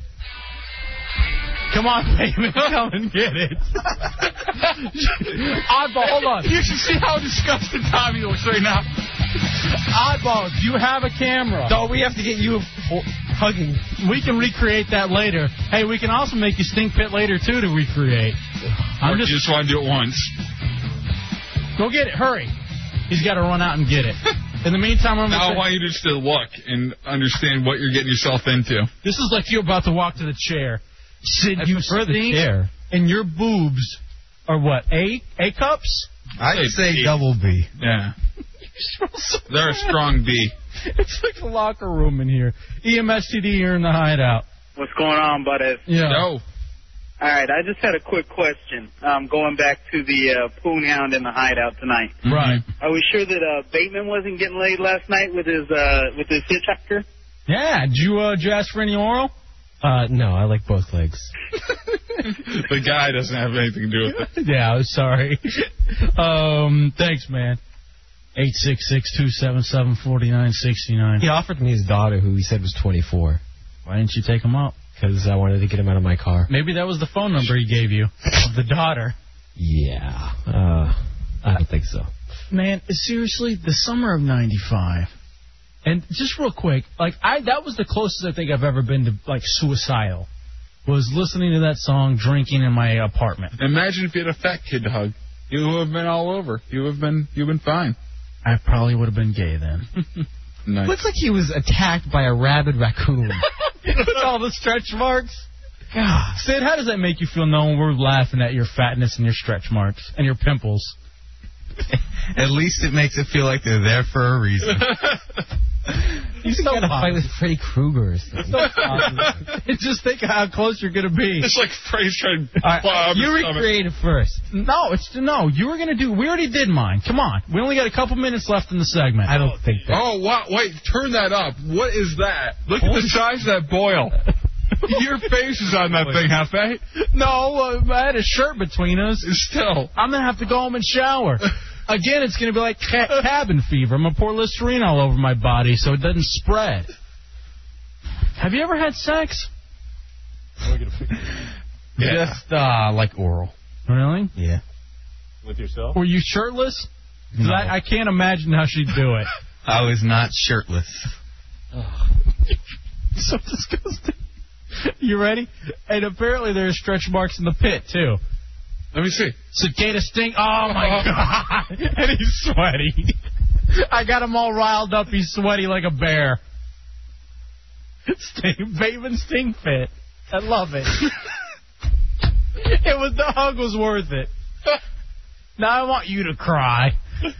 [SPEAKER 5] Come on, baby, come and get it. Oddball, hold on.
[SPEAKER 6] You should see how disgusted Tommy looks right now.
[SPEAKER 5] Oddball, do you have a camera?
[SPEAKER 7] No, we have to get you ho- hugging.
[SPEAKER 5] We can recreate that later. Hey, we can also make you stink pit later too to recreate.
[SPEAKER 6] Or
[SPEAKER 5] I'm
[SPEAKER 6] you
[SPEAKER 5] just
[SPEAKER 6] just want to do it once.
[SPEAKER 5] go get it. Hurry. He's got to run out and get it. In the meantime, I'm
[SPEAKER 6] Now
[SPEAKER 5] gonna
[SPEAKER 6] I
[SPEAKER 5] say,
[SPEAKER 6] want you just to look and understand what you're getting yourself into.
[SPEAKER 5] this is like you're about to walk to the chair. Sid, you
[SPEAKER 7] prefer the
[SPEAKER 5] stink,
[SPEAKER 7] chair.
[SPEAKER 5] and your boobs are what A A cups?
[SPEAKER 11] I'd say
[SPEAKER 6] B.
[SPEAKER 11] double B.
[SPEAKER 6] Yeah. They're a strong B.
[SPEAKER 5] It's like the locker room in here. E EMSTD, you're in the hideout.
[SPEAKER 9] What's going on, buddy?
[SPEAKER 5] Yeah.
[SPEAKER 6] No.
[SPEAKER 9] All right, I just had a quick question. Um, going back to the uh, Poon Hound in the hideout tonight.
[SPEAKER 5] Right.
[SPEAKER 7] Mm-hmm.
[SPEAKER 9] Are we sure that uh, Bateman wasn't getting laid last night with his uh, with his hitchhiker?
[SPEAKER 5] Yeah. Did you, uh, did you ask for any oral?
[SPEAKER 7] Uh, no, I like both legs.
[SPEAKER 6] The guy doesn't have anything to do with it.
[SPEAKER 5] yeah, I'm sorry. um, thanks, man. Eight six six two seven seven forty nine sixty nine.
[SPEAKER 7] He offered me his daughter, who he said was 24,
[SPEAKER 5] Why didn't you take him up?
[SPEAKER 7] because I wanted to get him out of my car.
[SPEAKER 5] Maybe that was the phone number he gave you of the daughter.
[SPEAKER 7] Yeah. Uh, I don't think so.
[SPEAKER 5] Man, seriously, the summer of '95. And just real quick, like I, that was the closest I think I've ever been to like suicidal. Was listening to that song, drinking in my apartment.
[SPEAKER 6] Imagine if you had a fat kid to hug. You would have been all over. You would have been you've been fine.
[SPEAKER 5] I probably would have been gay then.
[SPEAKER 6] Nice.
[SPEAKER 7] Looks like he was attacked by a rabid raccoon.
[SPEAKER 5] With all the stretch marks. God. Sid, how does that make you feel knowing we're laughing at your fatness and your stretch marks and your pimples?
[SPEAKER 11] At least it makes it feel like they're there for a reason.
[SPEAKER 7] He's
[SPEAKER 5] so
[SPEAKER 7] got a
[SPEAKER 5] hot.
[SPEAKER 7] fight with Freddy Krueger or something.
[SPEAKER 5] Just think how close you're going to be.
[SPEAKER 6] It's like Freddy's trying to
[SPEAKER 5] All right,
[SPEAKER 6] claw up his
[SPEAKER 5] you
[SPEAKER 6] stomach.
[SPEAKER 5] recreate it first. No, it's no. You were going to do. We already did mine. Come on. We only got a couple minutes left in the segment.
[SPEAKER 7] I don't think that.
[SPEAKER 6] Oh wow! Wait, turn that up. What is that? Look at the size of that boil. Your face is on that thing, huh, fat?
[SPEAKER 5] No, uh, I had a shirt between us.
[SPEAKER 6] Still.
[SPEAKER 5] I'm gonna have to go home and shower. Again, it's gonna be like ca- cabin fever. I'm gonna pour Listerine all over my body so it doesn't spread. Have you ever had sex?
[SPEAKER 6] Yeah.
[SPEAKER 11] Just uh, like oral.
[SPEAKER 5] Really?
[SPEAKER 11] Yeah.
[SPEAKER 16] With yourself?
[SPEAKER 5] Were you shirtless? 'Cause
[SPEAKER 11] No.
[SPEAKER 5] I, I can't imagine how she'd do it.
[SPEAKER 11] I was not shirtless.
[SPEAKER 5] so disgusting. You ready? And apparently there are stretch marks in the pit too.
[SPEAKER 6] Let me see.
[SPEAKER 5] Cicada sting. Oh my god! and he's sweaty. I got him all riled up. He's sweaty like a bear. Sting, Bateman sting pit. I love it. it was the hug was worth it. Now I want you to cry. He's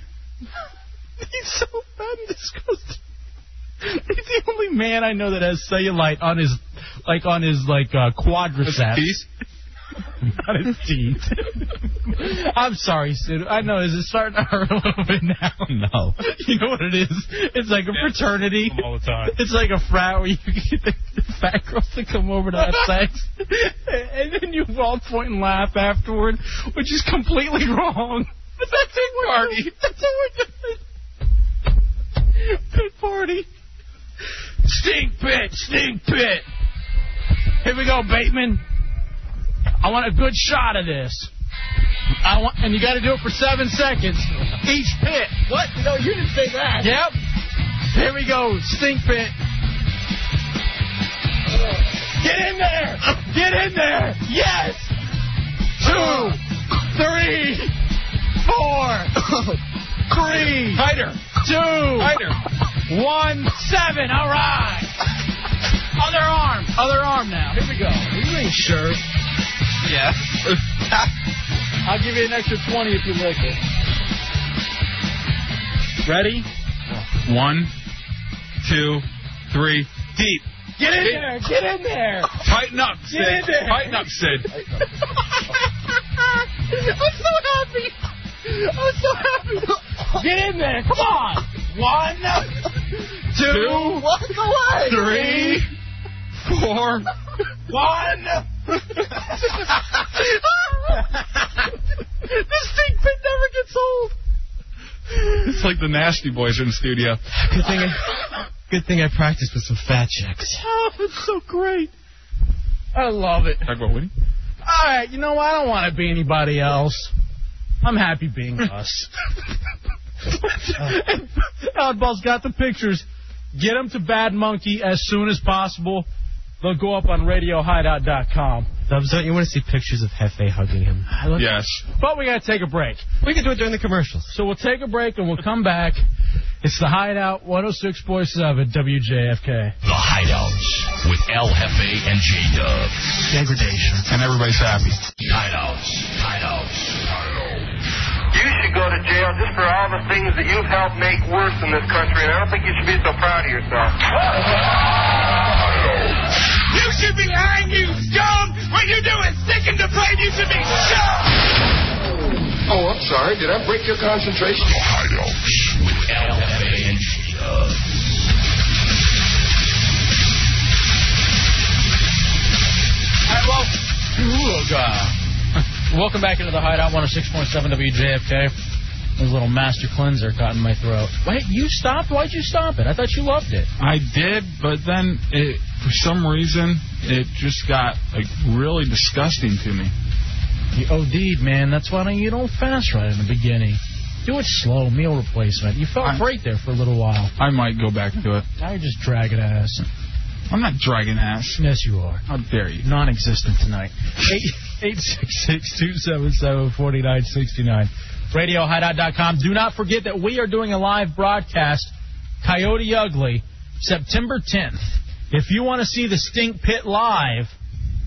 [SPEAKER 5] so bad and disgusting. He's the only man I know that has cellulite on his, like on his like uh, quadriceps. Not his teeth. I'm sorry, Sid. I know. Is it starting to hurt a little bit now? No. You know what it is? It's like a fraternity. All the time. It's like a frat where you get the, the fat girls to come over to have sex, and then you all point and laugh afterward, which is completely wrong. But that's it, party. That's what we're doing. Good party. Stink pit, stink pit. Here we go, Bateman. I want a good shot of this. I want, and you got to do it for seven seconds each pit. What? No, you didn't say that. Yep. Here we go, stink pit. Get in there! Get in there! Yes! Two, three, four, three, tighter, two, tighter, one, seven. All right. Other arm, other arm now. Here we go. You ain't sure. Yeah. I'll give you an extra 20 if you lick it. Ready?
[SPEAKER 6] One, two, three, deep.
[SPEAKER 5] Get in there! Get in there!
[SPEAKER 6] Tighten up, Sid.
[SPEAKER 5] Get in there.
[SPEAKER 6] Tighten up, Sid.
[SPEAKER 5] I'm so happy! I'm so happy! Get in there! Come on! One, two,
[SPEAKER 21] Walk away.
[SPEAKER 5] three, four, one. this thing pit never gets old.
[SPEAKER 6] It's like the nasty boys in the studio.
[SPEAKER 7] Good thing I, good thing I practiced with some fat chicks.
[SPEAKER 5] Oh, it's so great. I love it.
[SPEAKER 6] Talk about Woody.
[SPEAKER 5] All right, you know what? I don't want to be anybody else. I'm happy being us. Oddball's got the pictures. Get them to Bad Monkey as soon as possible. They'll go up on RadioHideout.com.
[SPEAKER 7] Dubs, don't you want to see pictures of Hefe hugging him?
[SPEAKER 6] Yes.
[SPEAKER 5] But we got to take a break.
[SPEAKER 7] We can do it during the commercials.
[SPEAKER 5] So we'll take a break and we'll come back. It's the Hideout 106.7 WJFK.
[SPEAKER 4] The Hideouts with El Jefe and J Dub.
[SPEAKER 20] Degradation. And everybody's happy.
[SPEAKER 4] Hideouts, hideouts,
[SPEAKER 23] You should go to jail just for all the things that you've helped make worse in this country, and I don't think you should be so proud of yourself.
[SPEAKER 21] You should be hanged, you scum! What you do is sick and depraved. You should be shot.
[SPEAKER 2] Oh, I'm sorry. Did I break your concentration?
[SPEAKER 4] hideouts with El Jefe and J Dub.
[SPEAKER 5] Welcome back into the Hideout 106.7 WJFK. This little master cleanser caught in my throat. Wait, you stopped? Why'd you stop it? I thought you loved it.
[SPEAKER 6] I did, but then it, for some reason, it just got like really disgusting to me.
[SPEAKER 5] You OD'd, man. That's why you don't fast right in the beginning. Do it slow, meal replacement. You felt great there for a little while.
[SPEAKER 6] I might go back to it.
[SPEAKER 5] Now you're just dragging ass.
[SPEAKER 6] I'm not dragging ass.
[SPEAKER 5] Yes, you are.
[SPEAKER 6] How dare you?
[SPEAKER 5] Non-existent tonight. 866-277-4969. RadioHideout.com. Do not forget that we are doing a live broadcast, Coyote Ugly, September 10th. If you want to see the Stink Pit live,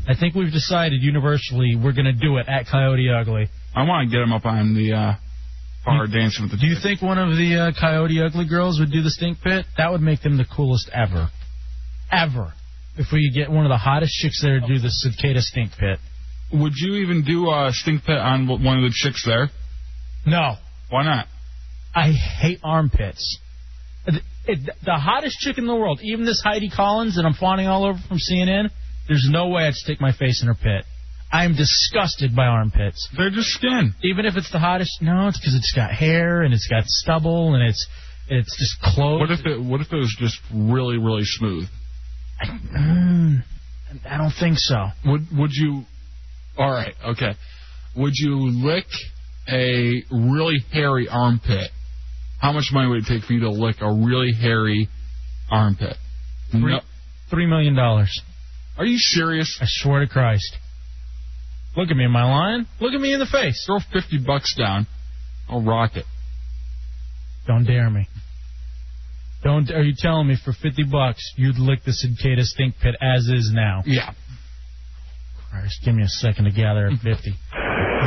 [SPEAKER 5] I think we've decided universally we're going to do it at Coyote Ugly.
[SPEAKER 6] I want to get him up on the uh, bar dancing with the.
[SPEAKER 5] Do you think one of the uh, Coyote Ugly girls would do the Stink Pit? That would make them the coolest ever. Ever. If we could get one of the hottest chicks there to do the Cicada Stink Pit.
[SPEAKER 6] Would you even do uh, stink pit on w- one of the chicks there?
[SPEAKER 5] No.
[SPEAKER 6] Why not?
[SPEAKER 5] I hate armpits. It- it- the hottest chick in the world, even this Heidi Collins that I'm fawning all over from CNN, there's no way I'd stick my face in her pit. I'm disgusted by armpits.
[SPEAKER 6] They're just skin.
[SPEAKER 5] Even if it's the hottest, no, it's because it's got hair and it's got stubble and it's it's just clothes.
[SPEAKER 6] What if it? What if it was just really, really smooth?
[SPEAKER 5] Mm, I don't think so.
[SPEAKER 6] Would Would you? All right. Okay. Would you lick a really hairy armpit? How much money would it take for you to lick a really hairy armpit?
[SPEAKER 5] Three, Three million dollars. Are you serious? I swear to Christ. Look at me, am I lying? Look at me in the face. Throw fifty bucks down. I'll rock it. Don't dare me. Don't. Are you telling me for fifty bucks you'd lick the cicada stink pit as is now? Yeah. Christ, give me a second to gather at fifty.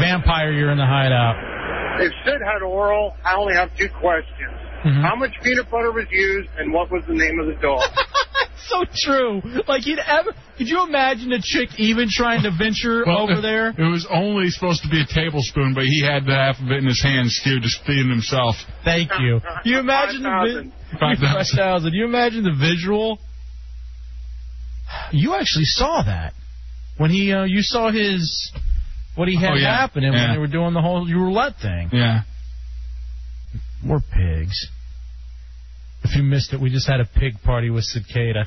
[SPEAKER 5] Vampire, you're in the hideout.
[SPEAKER 3] If Sid had oral, I only have two questions. How much peanut butter was used, and what was the name of the dog?
[SPEAKER 5] so true. Like you'd ever. Could you imagine a chick even trying to venture over there?
[SPEAKER 6] It was only supposed to be a tablespoon, but he had the half of it in his hands too, just feeding himself.
[SPEAKER 5] Thank you. You imagine the vi-
[SPEAKER 6] Five thousand.
[SPEAKER 5] 5,000. You imagine the visual. You actually saw that when he uh, you saw his what he had
[SPEAKER 6] Oh, yeah.
[SPEAKER 5] happening
[SPEAKER 6] Yeah.
[SPEAKER 5] when they were doing the whole roulette thing.
[SPEAKER 6] Yeah.
[SPEAKER 5] We're pigs. If you missed it, we just had a pig party with Cicada.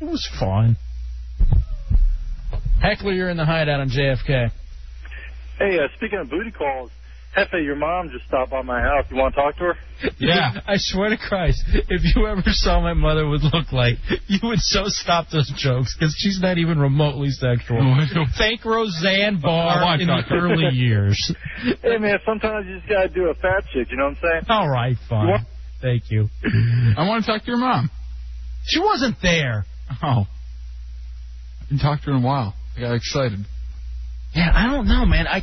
[SPEAKER 5] It was fun. Heckler, you're in the hideout on JFK.
[SPEAKER 24] Hey, uh, speaking of booty calls, Hefe, your mom just stopped by my house. You want to talk to her?
[SPEAKER 5] Yeah. I swear to Christ, if you ever saw my mother would look like, you would so stop those jokes because she's not even remotely sexual. Thank Roseanne Barr in the early years.
[SPEAKER 24] hey, man, sometimes you just got to do a fat chick, you know what I'm saying?
[SPEAKER 5] All right, fine.
[SPEAKER 24] You want-
[SPEAKER 5] Thank you.
[SPEAKER 6] I want to talk to your mom.
[SPEAKER 5] She wasn't there.
[SPEAKER 6] Oh. I haven't talked to her in a while. I got excited.
[SPEAKER 5] Yeah, I don't know, man. I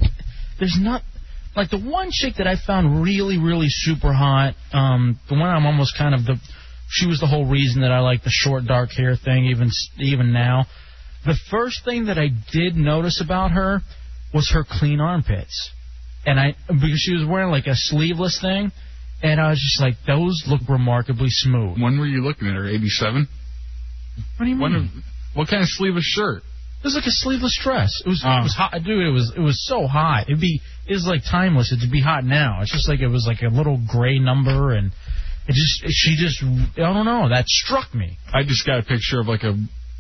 [SPEAKER 5] there's not like the one chick that I found really, really super hot. Um, the one I'm almost kind of the she was the whole reason that I like the short dark hair thing even s- even now. The first thing that I did notice about her was her clean armpits, and I because she was wearing like a sleeveless thing, and I was just like, those look remarkably smooth.
[SPEAKER 6] When were you looking at her? Eighty-seven.
[SPEAKER 5] What do you mean?
[SPEAKER 6] what kind of sleeveless shirt?
[SPEAKER 5] It was like a sleeveless dress. It was it was hot, dude. It was it was so hot. It'd be it's like timeless. It'd be hot now. It's just like it was like a little gray number, and it just she just I don't know. That struck me.
[SPEAKER 6] I just got a picture of like a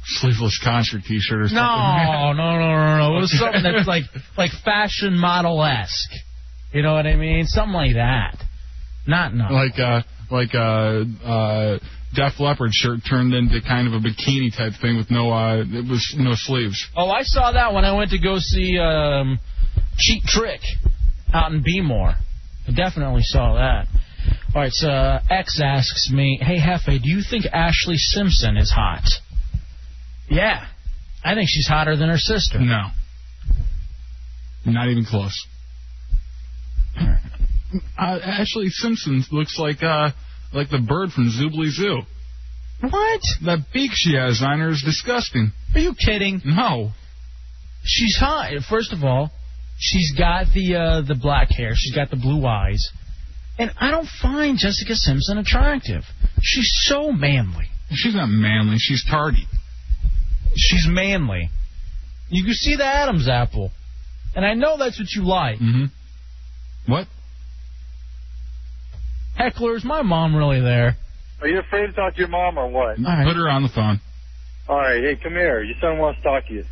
[SPEAKER 6] sleeveless concert T-shirt or something.
[SPEAKER 5] No, no, no, no, no. It was something that's like like fashion model esque. You know what I mean? Something like that. Not no.
[SPEAKER 6] Like uh, like uh, uh, Def Leppard shirt turned into kind of a bikini type thing with no uh, it was no sleeves.
[SPEAKER 5] Oh, I saw that when I went to go see um, Cheap Trick out in Bmore. I definitely saw that. All right, so uh, X asks me, "Hey Hefe, do you think Ashley Simpson is hot?" Yeah, I think she's hotter than her sister.
[SPEAKER 6] No, not even close. Uh, Ashley Simpson looks like uh, like the bird from Zoobly Zoo.
[SPEAKER 5] What?
[SPEAKER 6] That beak she has on her is disgusting.
[SPEAKER 5] Are you kidding?
[SPEAKER 6] No.
[SPEAKER 5] She's hot. First of all, she's got the uh, the black hair. She's got the blue eyes, and I don't find Jessica Simpson attractive. She's so manly.
[SPEAKER 6] She's not manly. She's tardy.
[SPEAKER 5] She's manly. You can see the Adam's apple, and I know that's what you like.
[SPEAKER 6] Mm-hmm. What?
[SPEAKER 5] Heckler, is my mom really there?
[SPEAKER 24] Are you afraid to talk to your mom or what?
[SPEAKER 6] Put her on the phone.
[SPEAKER 24] All right, hey, come here. Your son wants to talk to you.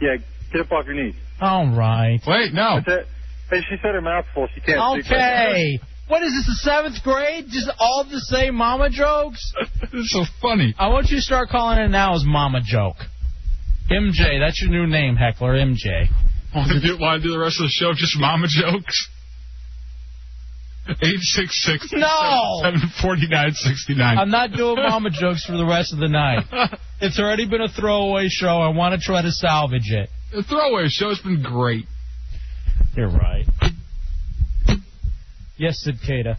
[SPEAKER 24] Yeah, get up off your knees.
[SPEAKER 5] All right.
[SPEAKER 6] Wait, no.
[SPEAKER 24] That's it. Hey, she said her mouth's full. She can't speak.
[SPEAKER 5] Okay. What is this, the seventh grade? Just all the same mama jokes?
[SPEAKER 6] It's so funny.
[SPEAKER 5] I want you to start calling it now as mama joke. MJ, that's your new name, Heckler, MJ.
[SPEAKER 6] Want to do, want to do the rest of the show just mama jokes? 866
[SPEAKER 5] No!
[SPEAKER 6] 74969.
[SPEAKER 5] I'm not doing mama jokes for the rest of the night. It's already been a throwaway show. I want to try to salvage it.
[SPEAKER 6] The throwaway show's been great.
[SPEAKER 5] You're right. Yes, Cicada.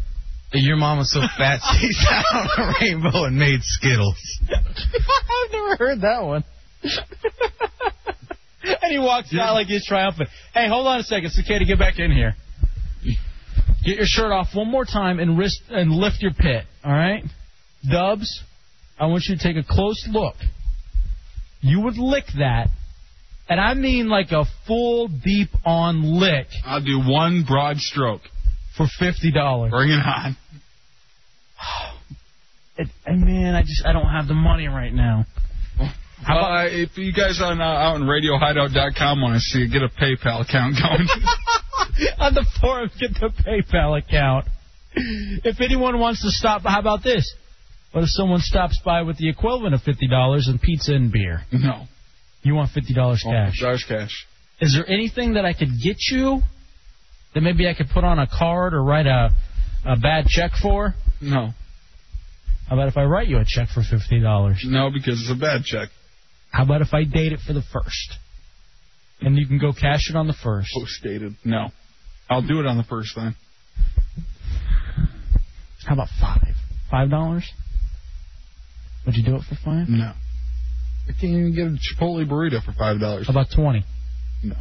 [SPEAKER 11] Your mom was so fat she sat on a rainbow and made Skittles.
[SPEAKER 5] I've never heard that one. and he walks out like he's triumphant. Hey, hold on a second, Cicada, get back in here. Get your shirt off one more time and wrist and lift your pit. All right, Dubs, I want you to take a close look. You would lick that, and I mean like a full deep on lick
[SPEAKER 6] I'll do one broad stroke.
[SPEAKER 5] for fifty dollars.
[SPEAKER 6] Bring it on.
[SPEAKER 5] It, and man, I just I don't have the money right now.
[SPEAKER 6] How about, uh, if you guys on uh, out on RadioHideout.com want to see it, get a PayPal account going.
[SPEAKER 5] on the forum, get the PayPal account. If anyone wants to stop, how about this? What if someone stops by with the equivalent of fifty dollars in pizza and beer?
[SPEAKER 6] No.
[SPEAKER 5] You want fifty dollars cash?
[SPEAKER 6] Dollars Oh, cash.
[SPEAKER 5] Is there anything that I could get you that maybe I could put on a card or write a a bad check for?
[SPEAKER 6] No.
[SPEAKER 5] How about if I write you a check for fifty dollars?
[SPEAKER 6] No, because it's a bad check.
[SPEAKER 5] How about if I date it for the first? And you can go cash it on the first.
[SPEAKER 6] Post dated. No. I'll do it on the first then.
[SPEAKER 5] How about five? Five dollars? Would you do it for five?
[SPEAKER 6] No. I can't even get a Chipotle burrito for five dollars.
[SPEAKER 5] How about twenty?
[SPEAKER 6] No.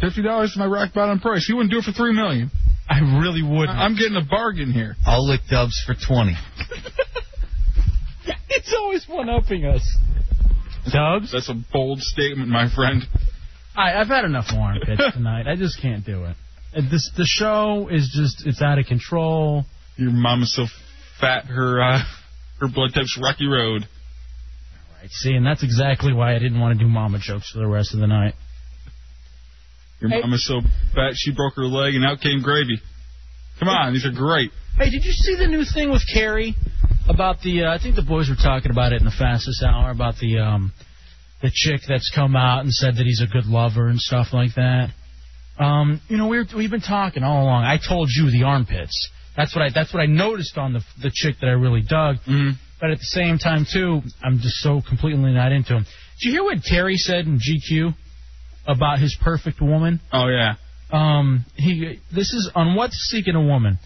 [SPEAKER 6] Fifty dollars is my rock bottom price. You wouldn't do it for three million.
[SPEAKER 5] I really wouldn't.
[SPEAKER 6] I'm getting a bargain here.
[SPEAKER 11] I'll lick dubs for twenty.
[SPEAKER 5] It's always one upping us. Dubs?
[SPEAKER 6] That's a bold statement, my friend.
[SPEAKER 5] I, I've had enough warm pits tonight. I just can't do it. Uh, This the show is just it's out of control.
[SPEAKER 6] Your mom is so fat her uh, her blood type's rocky road.
[SPEAKER 5] Right. See, and that's exactly why I didn't want to do mama jokes for the rest of the night.
[SPEAKER 6] Your
[SPEAKER 5] Hey.
[SPEAKER 6] mom is so fat she broke her leg and out came gravy. Come on, these are great.
[SPEAKER 5] Hey, did you see the new thing with Carrie about the? Uh, I think the boys were talking about it in the fastest hour about the um the chick that's come out and said that he's a good lover and stuff like that. Um, you know, we were, we've been talking all along. I told you the armpits. That's what I. That's what I noticed on the the chick that I really dug.
[SPEAKER 6] Mm.
[SPEAKER 5] But at the same time, too, I'm just so completely not into him. Did you hear what Terry said in GQ about his perfect woman?
[SPEAKER 6] Oh yeah.
[SPEAKER 5] Um, he. This is on what's seeking a woman.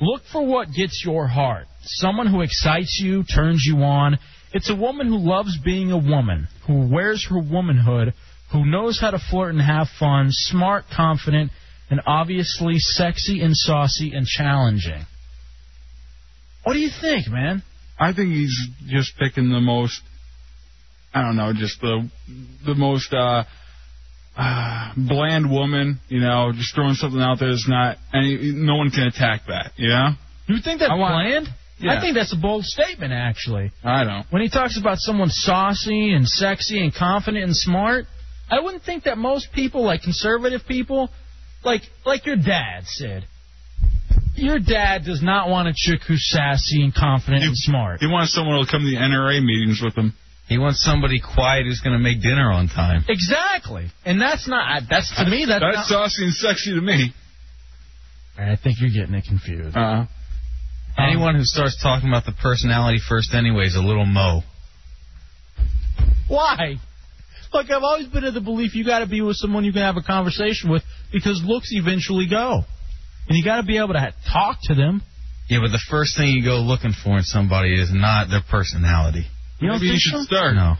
[SPEAKER 5] Look for what gets your heart. Someone who excites you, turns you on. It's a woman who loves being a woman, who wears her womanhood, who knows how to flirt and have fun, smart, confident, and obviously sexy and saucy and challenging. What do you think, man?
[SPEAKER 6] I think he's just picking the most. I don't know, just the the most uh, uh, bland woman. You know, just throwing something out there that's not any. No one can attack that. You know.
[SPEAKER 5] You think that's bland?
[SPEAKER 6] Yeah.
[SPEAKER 5] I think that's a bold statement, actually.
[SPEAKER 6] I don't.
[SPEAKER 5] When he talks about someone saucy and sexy and confident and smart, I wouldn't think that most people, like conservative people, like like your dad, Sid. Your dad does not want a chick who's sassy and confident and smart.
[SPEAKER 6] He wants someone who'll come to the NRA meetings with him.
[SPEAKER 11] He wants somebody quiet who's going to make dinner on time.
[SPEAKER 5] Exactly, and that's not I- that's to me that's,
[SPEAKER 6] That's
[SPEAKER 5] not.
[SPEAKER 6] saucy and sexy to me.
[SPEAKER 5] I think you're getting it confused.
[SPEAKER 6] Uh,
[SPEAKER 11] Um, Anyone who starts talking about the personality first, anyway, is a little mo.
[SPEAKER 5] Why? Look, I've always been of the belief you got to be with someone you can have a conversation with because looks eventually go, and you got to be able to ha- talk to them.
[SPEAKER 11] Yeah, but the first thing you go looking for in somebody is not their personality.
[SPEAKER 5] You don't
[SPEAKER 6] Maybe you
[SPEAKER 5] think
[SPEAKER 6] should
[SPEAKER 5] so?
[SPEAKER 6] start.
[SPEAKER 11] No.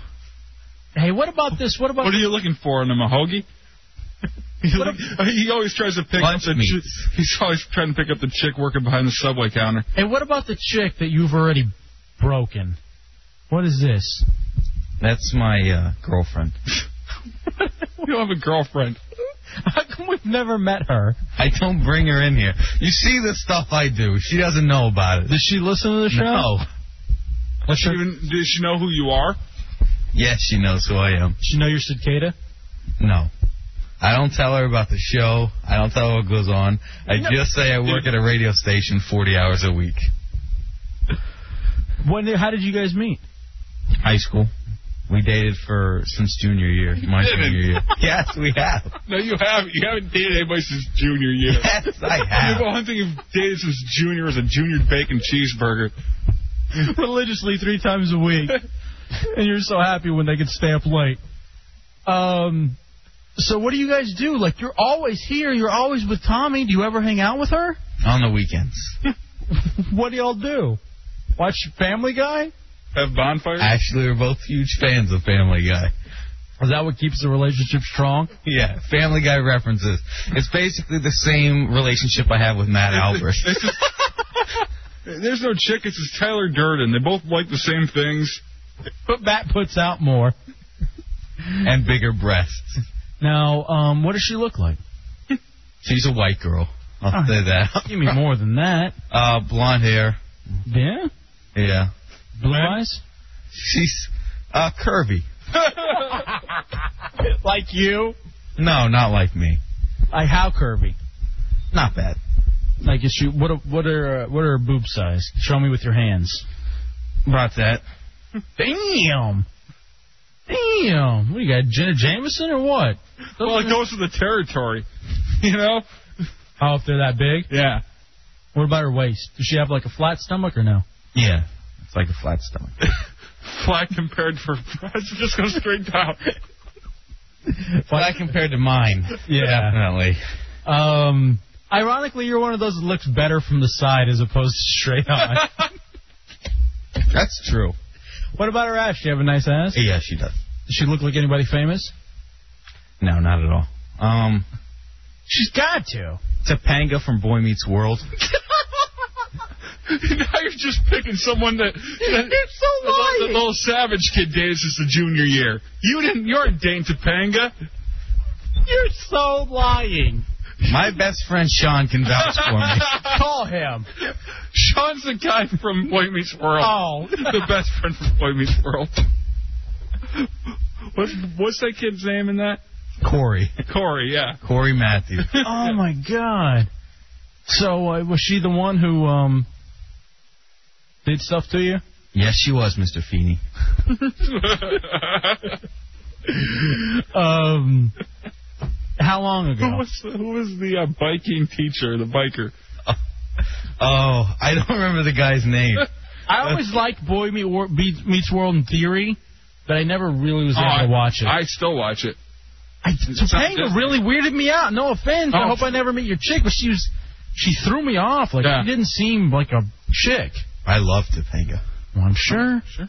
[SPEAKER 5] Hey, what about this? What about
[SPEAKER 6] What are you looking for in a mahogie? he always tries to pick up
[SPEAKER 11] Lunch
[SPEAKER 6] the.
[SPEAKER 11] meat.
[SPEAKER 6] Ch- he's always trying to pick up the chick working behind the subway counter.
[SPEAKER 5] Hey, what about the chick that you've already broken? What is this?
[SPEAKER 11] That's my uh, girlfriend.
[SPEAKER 6] You don't have a girlfriend.
[SPEAKER 5] How come we've never met her?
[SPEAKER 11] I don't bring her in here. You see the stuff I do. She doesn't know about it.
[SPEAKER 5] Does she listen to the show?
[SPEAKER 11] No.
[SPEAKER 5] What's
[SPEAKER 6] She
[SPEAKER 5] her-
[SPEAKER 6] even, does she know who you are?
[SPEAKER 11] Yes, she knows who I am.
[SPEAKER 5] Does she know your cicada?
[SPEAKER 11] No. I don't tell her about the show. I don't tell her what goes on. I just say I work at a radio station 40 hours a week.
[SPEAKER 5] When? How did you guys meet?
[SPEAKER 11] High school. We dated for since junior year, my
[SPEAKER 6] didn't.
[SPEAKER 11] junior year. Yes, we have.
[SPEAKER 6] No, you haven't. You haven't dated anybody since junior year.
[SPEAKER 11] Yes, I have.
[SPEAKER 6] The only thing you've dated since junior is a junior bacon cheeseburger.
[SPEAKER 5] Religiously three times a week, and you're so happy when they can stay up late. Um. So what do you guys do? Like you're always here. You're always with Tommy. Do you ever hang out with her?
[SPEAKER 11] On the weekends.
[SPEAKER 5] What do y'all do? Watch Family Guy?
[SPEAKER 6] Have bonfires.
[SPEAKER 11] Actually, we're both huge fans of Family Guy.
[SPEAKER 5] Is that what keeps the relationship strong?
[SPEAKER 11] Yeah, Family Guy references. It's basically the same relationship I have with Matt Albert.
[SPEAKER 6] It's just, there's no chick. It's just Tyler Durden. They both like the same things.
[SPEAKER 5] But Matt puts out more.
[SPEAKER 11] and bigger breasts.
[SPEAKER 5] Now, um, what does she look like?
[SPEAKER 11] She's a white girl. I'll
[SPEAKER 5] Oh.
[SPEAKER 11] say that.
[SPEAKER 5] Give me more than that.
[SPEAKER 11] Uh, blonde hair.
[SPEAKER 5] Yeah?
[SPEAKER 11] Yeah.
[SPEAKER 5] Blue eyes?
[SPEAKER 11] She's uh, curvy.
[SPEAKER 5] like you?
[SPEAKER 11] No, not like me.
[SPEAKER 5] Like how curvy?
[SPEAKER 11] Not bad.
[SPEAKER 5] Like is she what? Are, what are uh, what are her boob size? Show me with your hands. brought that. Damn. Damn. What, you got Jenna Jameson or what?
[SPEAKER 6] Well, it goes with the territory. You know?
[SPEAKER 5] Oh, if they're that big?
[SPEAKER 6] Yeah.
[SPEAKER 5] What about her waist? Does she have like a flat stomach or no?
[SPEAKER 11] Yeah. It's like a flat stomach.
[SPEAKER 6] Flat compared for breasts just go straight down.
[SPEAKER 11] Flat compared to mine.
[SPEAKER 5] Yeah.
[SPEAKER 11] Definitely.
[SPEAKER 5] Um, ironically, you're one of those that looks better from the side as opposed to straight on.
[SPEAKER 11] That's true.
[SPEAKER 5] What about her ass? She have a nice ass?
[SPEAKER 11] Yeah, she does.
[SPEAKER 5] Does she look like anybody famous?
[SPEAKER 11] No, not at all. Um,
[SPEAKER 5] She's got to.
[SPEAKER 11] Topanga from Boy Meets World.
[SPEAKER 6] now you're just picking someone that. that
[SPEAKER 5] it's so
[SPEAKER 6] The, little savage kid days is the junior year. You didn't. You aren't Dane Topanga.
[SPEAKER 5] You're so lying.
[SPEAKER 11] My best friend Sean can vouch for me.
[SPEAKER 5] Call him.
[SPEAKER 6] Sean's the guy from Boy Meets World.
[SPEAKER 5] Oh.
[SPEAKER 6] the best friend from Boy Meets World. What's what's that kid's name in that?
[SPEAKER 11] Corey.
[SPEAKER 6] Corey. Yeah.
[SPEAKER 11] Corey Matthews.
[SPEAKER 5] oh
[SPEAKER 6] Um,
[SPEAKER 5] my God. So uh, was she the one who um did stuff to you?
[SPEAKER 11] Yes, she was, Mr. Feeney.
[SPEAKER 5] Um, how long ago?
[SPEAKER 6] Who was who was the uh, biking teacher? The biker.
[SPEAKER 11] Oh, I don't remember the guy's name.
[SPEAKER 5] I always liked Boy Meet Wor- Be- Meets World in theory, but I never really was
[SPEAKER 6] Oh,
[SPEAKER 5] able
[SPEAKER 6] I
[SPEAKER 5] to watch it.
[SPEAKER 6] I still watch it.
[SPEAKER 5] I, Topanga
[SPEAKER 6] Disney.
[SPEAKER 5] really weirded me out. No offense. I
[SPEAKER 6] Oh.
[SPEAKER 5] hope I never meet your chick, but she was she threw me off. Like
[SPEAKER 11] Yeah.
[SPEAKER 5] she didn't seem like a chick.
[SPEAKER 11] I love Topanga.
[SPEAKER 5] Well, I'm sure.
[SPEAKER 6] Sure.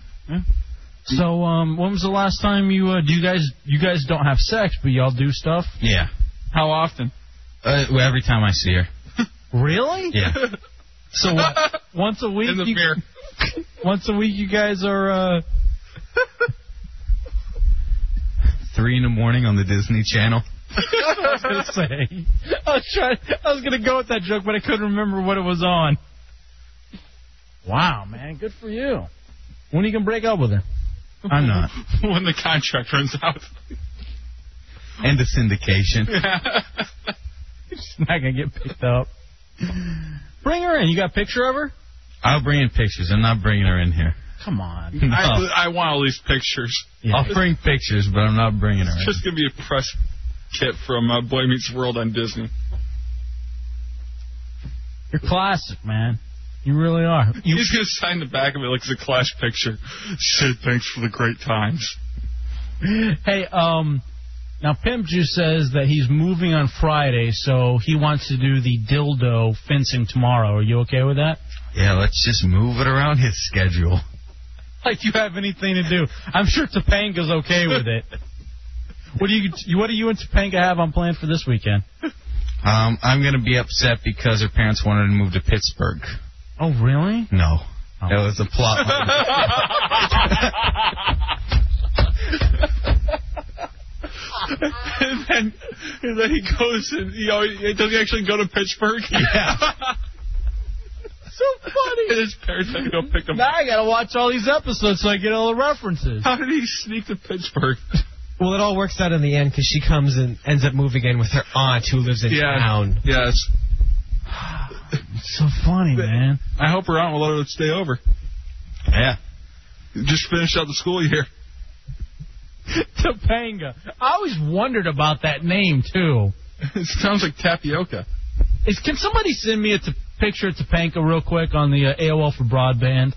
[SPEAKER 5] So, um, when was the last time you uh, do you guys you guys don't have sex, but y'all do stuff?
[SPEAKER 11] Yeah.
[SPEAKER 6] How often?
[SPEAKER 11] Uh, well, every time I see her.
[SPEAKER 5] Really?
[SPEAKER 11] Yeah.
[SPEAKER 5] So what, once a week
[SPEAKER 6] In the
[SPEAKER 5] you,
[SPEAKER 6] mirror.
[SPEAKER 5] once a week you guys are uh,
[SPEAKER 11] Three in the morning on the Disney Channel.
[SPEAKER 5] I was gonna say. I was trying. I was gonna go with that joke, but I couldn't remember what it was on. Wow, man, good for you. When are you gonna break up with her?
[SPEAKER 11] I'm not.
[SPEAKER 6] when the contract runs out.
[SPEAKER 11] End of syndication.
[SPEAKER 5] She's not gonna get picked up. Bring her in. You got a picture of her?
[SPEAKER 11] I'll bring in pictures. I'm not bringing her in here.
[SPEAKER 5] Come on.
[SPEAKER 11] No.
[SPEAKER 6] I, I want all these pictures.
[SPEAKER 11] I'll bring pictures, but I'm not bringing her in.
[SPEAKER 6] It's just gonna be a press kit from uh, Boy Meets World on Disney.
[SPEAKER 5] You're classic, man. You really are. You
[SPEAKER 6] He's gonna sign the back of it like it's a clash picture. Sid, thanks for the great times.
[SPEAKER 5] hey, um, now Pimp Juice says that he's moving on Friday, so he wants to do the dildo fencing tomorrow. Are you okay with that?
[SPEAKER 11] Yeah, let's just move it around his schedule.
[SPEAKER 5] Like you have anything to do? I'm sure Topanga's okay with it. What do you What do you and Topanga have on plan for this weekend?
[SPEAKER 11] Um, I'm gonna be upset because her parents wanted to move to Pittsburgh.
[SPEAKER 5] Oh, really?
[SPEAKER 11] No, that was a plot. line.
[SPEAKER 6] and then and then he goes and you know he does he actually go to Pittsburgh?
[SPEAKER 11] yeah,
[SPEAKER 5] So
[SPEAKER 6] and
[SPEAKER 5] funny.
[SPEAKER 6] his parents have to go pick him
[SPEAKER 5] Now
[SPEAKER 6] up.
[SPEAKER 5] I gotta watch all these episodes so I get all the references.
[SPEAKER 6] How did he sneak to Pittsburgh?
[SPEAKER 7] Well, it all works out in the end because she comes and ends up moving in with her aunt who lives in
[SPEAKER 6] Yeah.
[SPEAKER 7] town.
[SPEAKER 6] Yes.
[SPEAKER 5] It's so funny, man.
[SPEAKER 6] I hope her aunt will let her stay over.
[SPEAKER 11] yeah.
[SPEAKER 6] Just finish out the school year.
[SPEAKER 5] Topanga. I always wondered about that name too.
[SPEAKER 6] It sounds like tapioca.
[SPEAKER 5] Is can somebody send me a t- picture of Topanga real quick on the uh, AOL for broadband?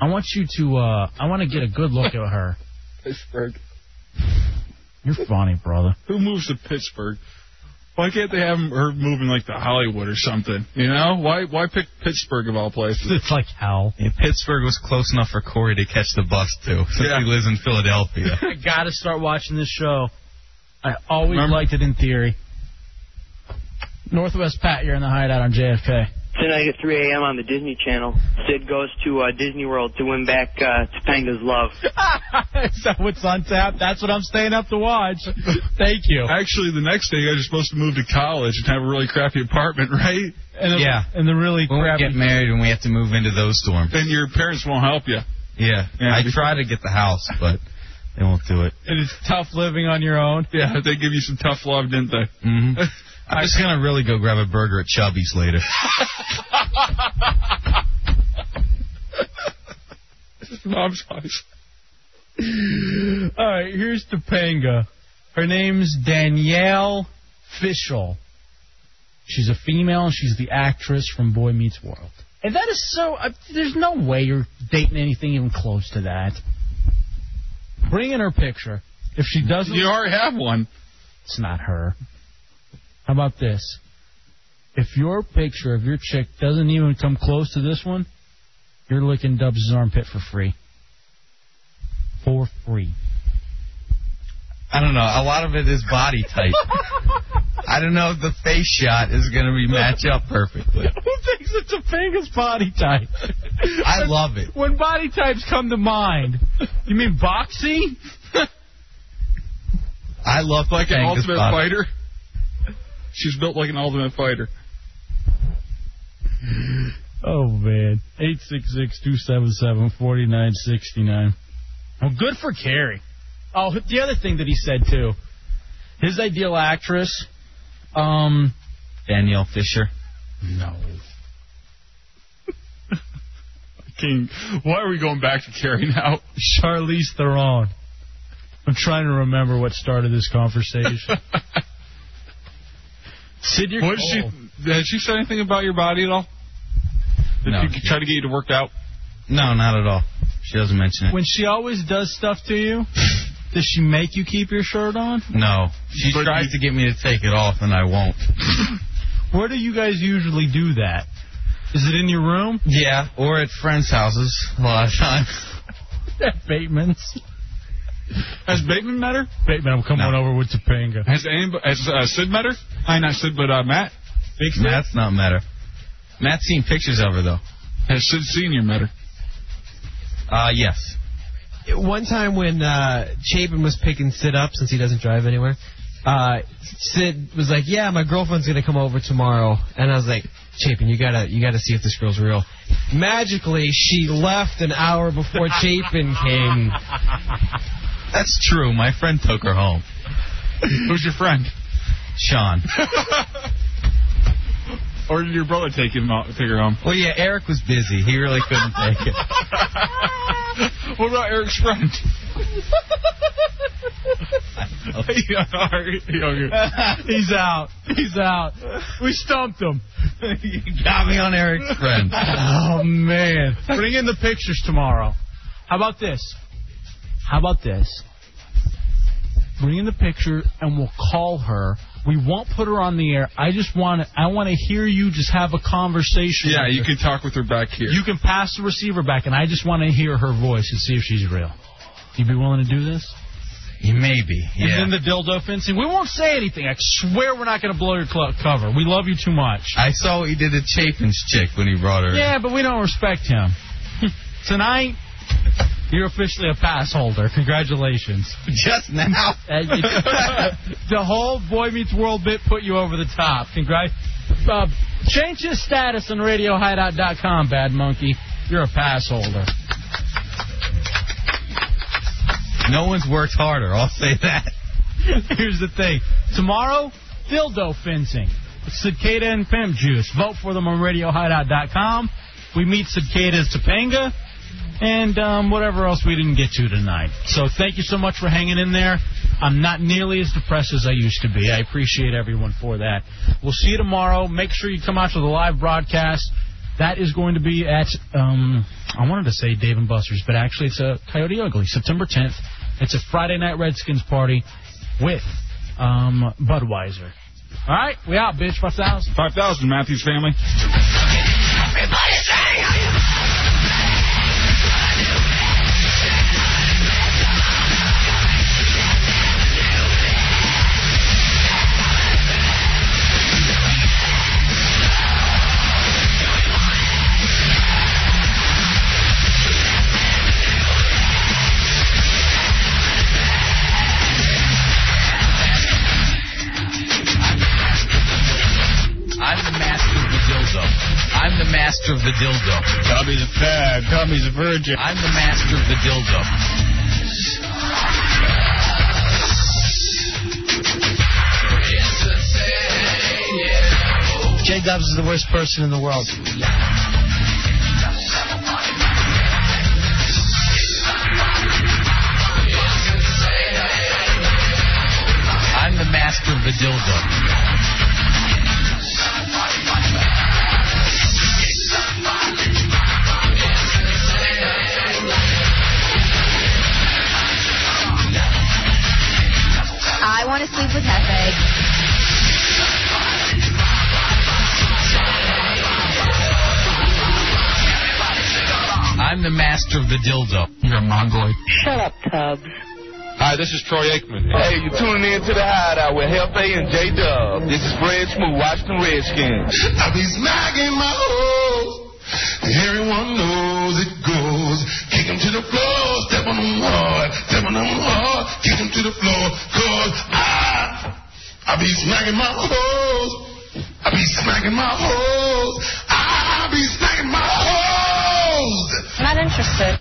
[SPEAKER 5] I want you to. uh I want to get a good look at her.
[SPEAKER 6] Pittsburgh.
[SPEAKER 5] You're funny, brother.
[SPEAKER 6] Who moves to Pittsburgh? Why can't they have her moving like to Hollywood or something? You know why? Why pick Pittsburgh of all places?
[SPEAKER 5] It's like hell.
[SPEAKER 11] And Pittsburgh was close enough for Corey to catch the bus too, since
[SPEAKER 6] Yeah.
[SPEAKER 11] he lives in Philadelphia.
[SPEAKER 5] I gotta start watching this show. I always
[SPEAKER 6] Remember-
[SPEAKER 5] liked it in theory. Northwest Pat, you're in the hideout on JFK.
[SPEAKER 9] Tonight at 3 a.m. on the Disney Channel, Sid goes to uh, Disney World to win back uh, Topanga's love.
[SPEAKER 5] Is that what's on tap? That's what I'm staying up to watch. Thank you.
[SPEAKER 6] Actually, the next day you guys are supposed to move to college and have a really crappy apartment, right?
[SPEAKER 5] And the,
[SPEAKER 11] Yeah.
[SPEAKER 5] And the really
[SPEAKER 11] when we
[SPEAKER 5] crappy.
[SPEAKER 11] get married, and we have to move into those dorms.
[SPEAKER 6] And your parents won't help you.
[SPEAKER 11] Yeah,
[SPEAKER 6] Yeah.
[SPEAKER 11] I try to get the house, but they won't do it.
[SPEAKER 5] It is tough living on your own.
[SPEAKER 6] Yeah, they give you some tough love, didn't they?
[SPEAKER 11] hmm I'm just gonna really go grab a burger at Chubby's later.
[SPEAKER 6] mom's eyes.
[SPEAKER 5] All right, here's Topanga. Her name's Danielle Fishel. She's a female, and she's the actress from Boy Meets World. And that is so. Uh, there's no way you're dating anything even close to that. Bring in her picture. If she doesn't,
[SPEAKER 6] You already have one.
[SPEAKER 5] It's not her. How about this? If your picture of your chick doesn't even come close to this one, you're licking Dubs' armpit for free. For free.
[SPEAKER 11] I don't know. A lot of it is body type. I don't know if the face shot is going to be match up perfectly.
[SPEAKER 5] Who thinks it's a Topanga's body type?
[SPEAKER 11] I love it.
[SPEAKER 5] When body types come to mind, you mean boxy?
[SPEAKER 11] I love
[SPEAKER 6] Like an
[SPEAKER 11] Topanga's
[SPEAKER 6] ultimate
[SPEAKER 11] body.
[SPEAKER 6] fighter. She's built like an ultimate fighter.
[SPEAKER 5] Oh man, eight six six two seven seven forty nine sixty nine. Well, good for Carrie. Oh, the other thing that he said too, his ideal actress, um,
[SPEAKER 11] Danielle Fisher.
[SPEAKER 5] No.
[SPEAKER 6] King, why are we going back to Carrie now?
[SPEAKER 5] Charlize Theron. I'm trying to remember what started this conversation. Sid, you're
[SPEAKER 6] What
[SPEAKER 5] cold.
[SPEAKER 6] did she? Has she said anything about your body at all? Did
[SPEAKER 11] No.
[SPEAKER 6] she try to get you to work out?
[SPEAKER 11] No, not at all. She doesn't mention it.
[SPEAKER 5] When she always does stuff to you, does she make you keep your shirt on?
[SPEAKER 11] No. She tries to get me to take it off, and I won't.
[SPEAKER 5] Where do you guys usually do that? Is it in your room?
[SPEAKER 11] Yeah, or at friends' houses a lot of times.
[SPEAKER 5] At Bateman's.
[SPEAKER 6] Has Bateman met her?
[SPEAKER 5] Bateman, I'm coming over with Topanga.
[SPEAKER 6] Has anybody, has uh, Sid met her? I not Sid, but uh, Matt.
[SPEAKER 5] Big
[SPEAKER 11] Matt's not met her. Matt's seen pictures of her though.
[SPEAKER 6] Has Sid Senior met her?
[SPEAKER 11] Uh, yes.
[SPEAKER 7] One time when uh, Chapin was picking Sid up since he doesn't drive anywhere, uh, Sid was like, "Yeah, my girlfriend's gonna come over tomorrow," and I was like, "Chapin, you gotta you gotta see if this girl's real." Magically, she left an hour before Chapin came.
[SPEAKER 11] That's true. My friend took her home.
[SPEAKER 6] Who's your friend?
[SPEAKER 11] Sean.
[SPEAKER 6] Or did your brother take him out, take her home?
[SPEAKER 11] Well, yeah, Eric was busy. He really couldn't take it.
[SPEAKER 6] What about Eric's friend?
[SPEAKER 5] He's out. He's out. We stumped him. you
[SPEAKER 11] got me on Eric's friend.
[SPEAKER 5] oh man. Bring in the pictures tomorrow. How about this? How about this? Bring in the picture and we'll call her. We won't put her on the air. I just want to. I want to hear you just have a conversation.
[SPEAKER 6] Yeah,
[SPEAKER 5] with
[SPEAKER 6] you
[SPEAKER 5] her.
[SPEAKER 6] could talk with her back here.
[SPEAKER 5] You can pass the receiver back, and I just want to hear her voice and see if she's real. You be willing to do this?
[SPEAKER 11] Maybe. Yeah.
[SPEAKER 5] And then the dildo fencing. We won't say anything. I swear we're not going to blow your cl- cover. We love you too much.
[SPEAKER 11] I saw what he did to Chapin's chick when he brought her. in.
[SPEAKER 5] Yeah, but we don't respect him. Tonight, you're officially a pass holder. Congratulations.
[SPEAKER 11] Just now.
[SPEAKER 5] the whole Boy Meets World bit put you over the top. Congrats. Uh, change his status on RadioHideout.com, Bad Monkey. You're a pass holder.
[SPEAKER 11] No one's worked harder. I'll say that.
[SPEAKER 5] Here's the thing. Tomorrow, dildo fencing. Cicada and Pimp Juice. Vote for them on RadioHideout.com. We meet Cicada Topanga and um, whatever else we didn't get to tonight. So thank you so much for hanging in there. I'm not nearly as depressed as I used to be. I appreciate everyone for that. We'll see you tomorrow. Make sure you come out to the live broadcast. That is going to be at, um, I wanted to say Dave and Buster's, but actually it's a Coyote Ugly, September 10th. It's a Friday night Redskins party with um, Budweiser. All right, we out, bitch. 5,000.
[SPEAKER 6] 5,000, Matthews family.
[SPEAKER 11] I'm the master of the dildo. I'm the master of the dildo. Tommy's a fag. Tommy's a virgin. I'm the master of the dildo.
[SPEAKER 7] J Dubs is the worst person in the world.
[SPEAKER 25] of a dildo.
[SPEAKER 3] I want to sleep with Hefe.
[SPEAKER 26] I'm the master of the dildo. You're a mongoloid.
[SPEAKER 11] Shut up, Tubbs.
[SPEAKER 27] Hi, this is Troy Aikman.
[SPEAKER 11] Hey, you're tuning in to the hideout with Hefe and J Dub. This is Fred Smooth, Washington Redskins. I be smacking my hoes. Everyone knows it goes. Kick 'em to the floor, step on them hard, step on them hard, kick 'em to the floor, cause I, I be smacking my hoes. I be smacking my hoes. I be smacking my hoes.
[SPEAKER 3] Not interested.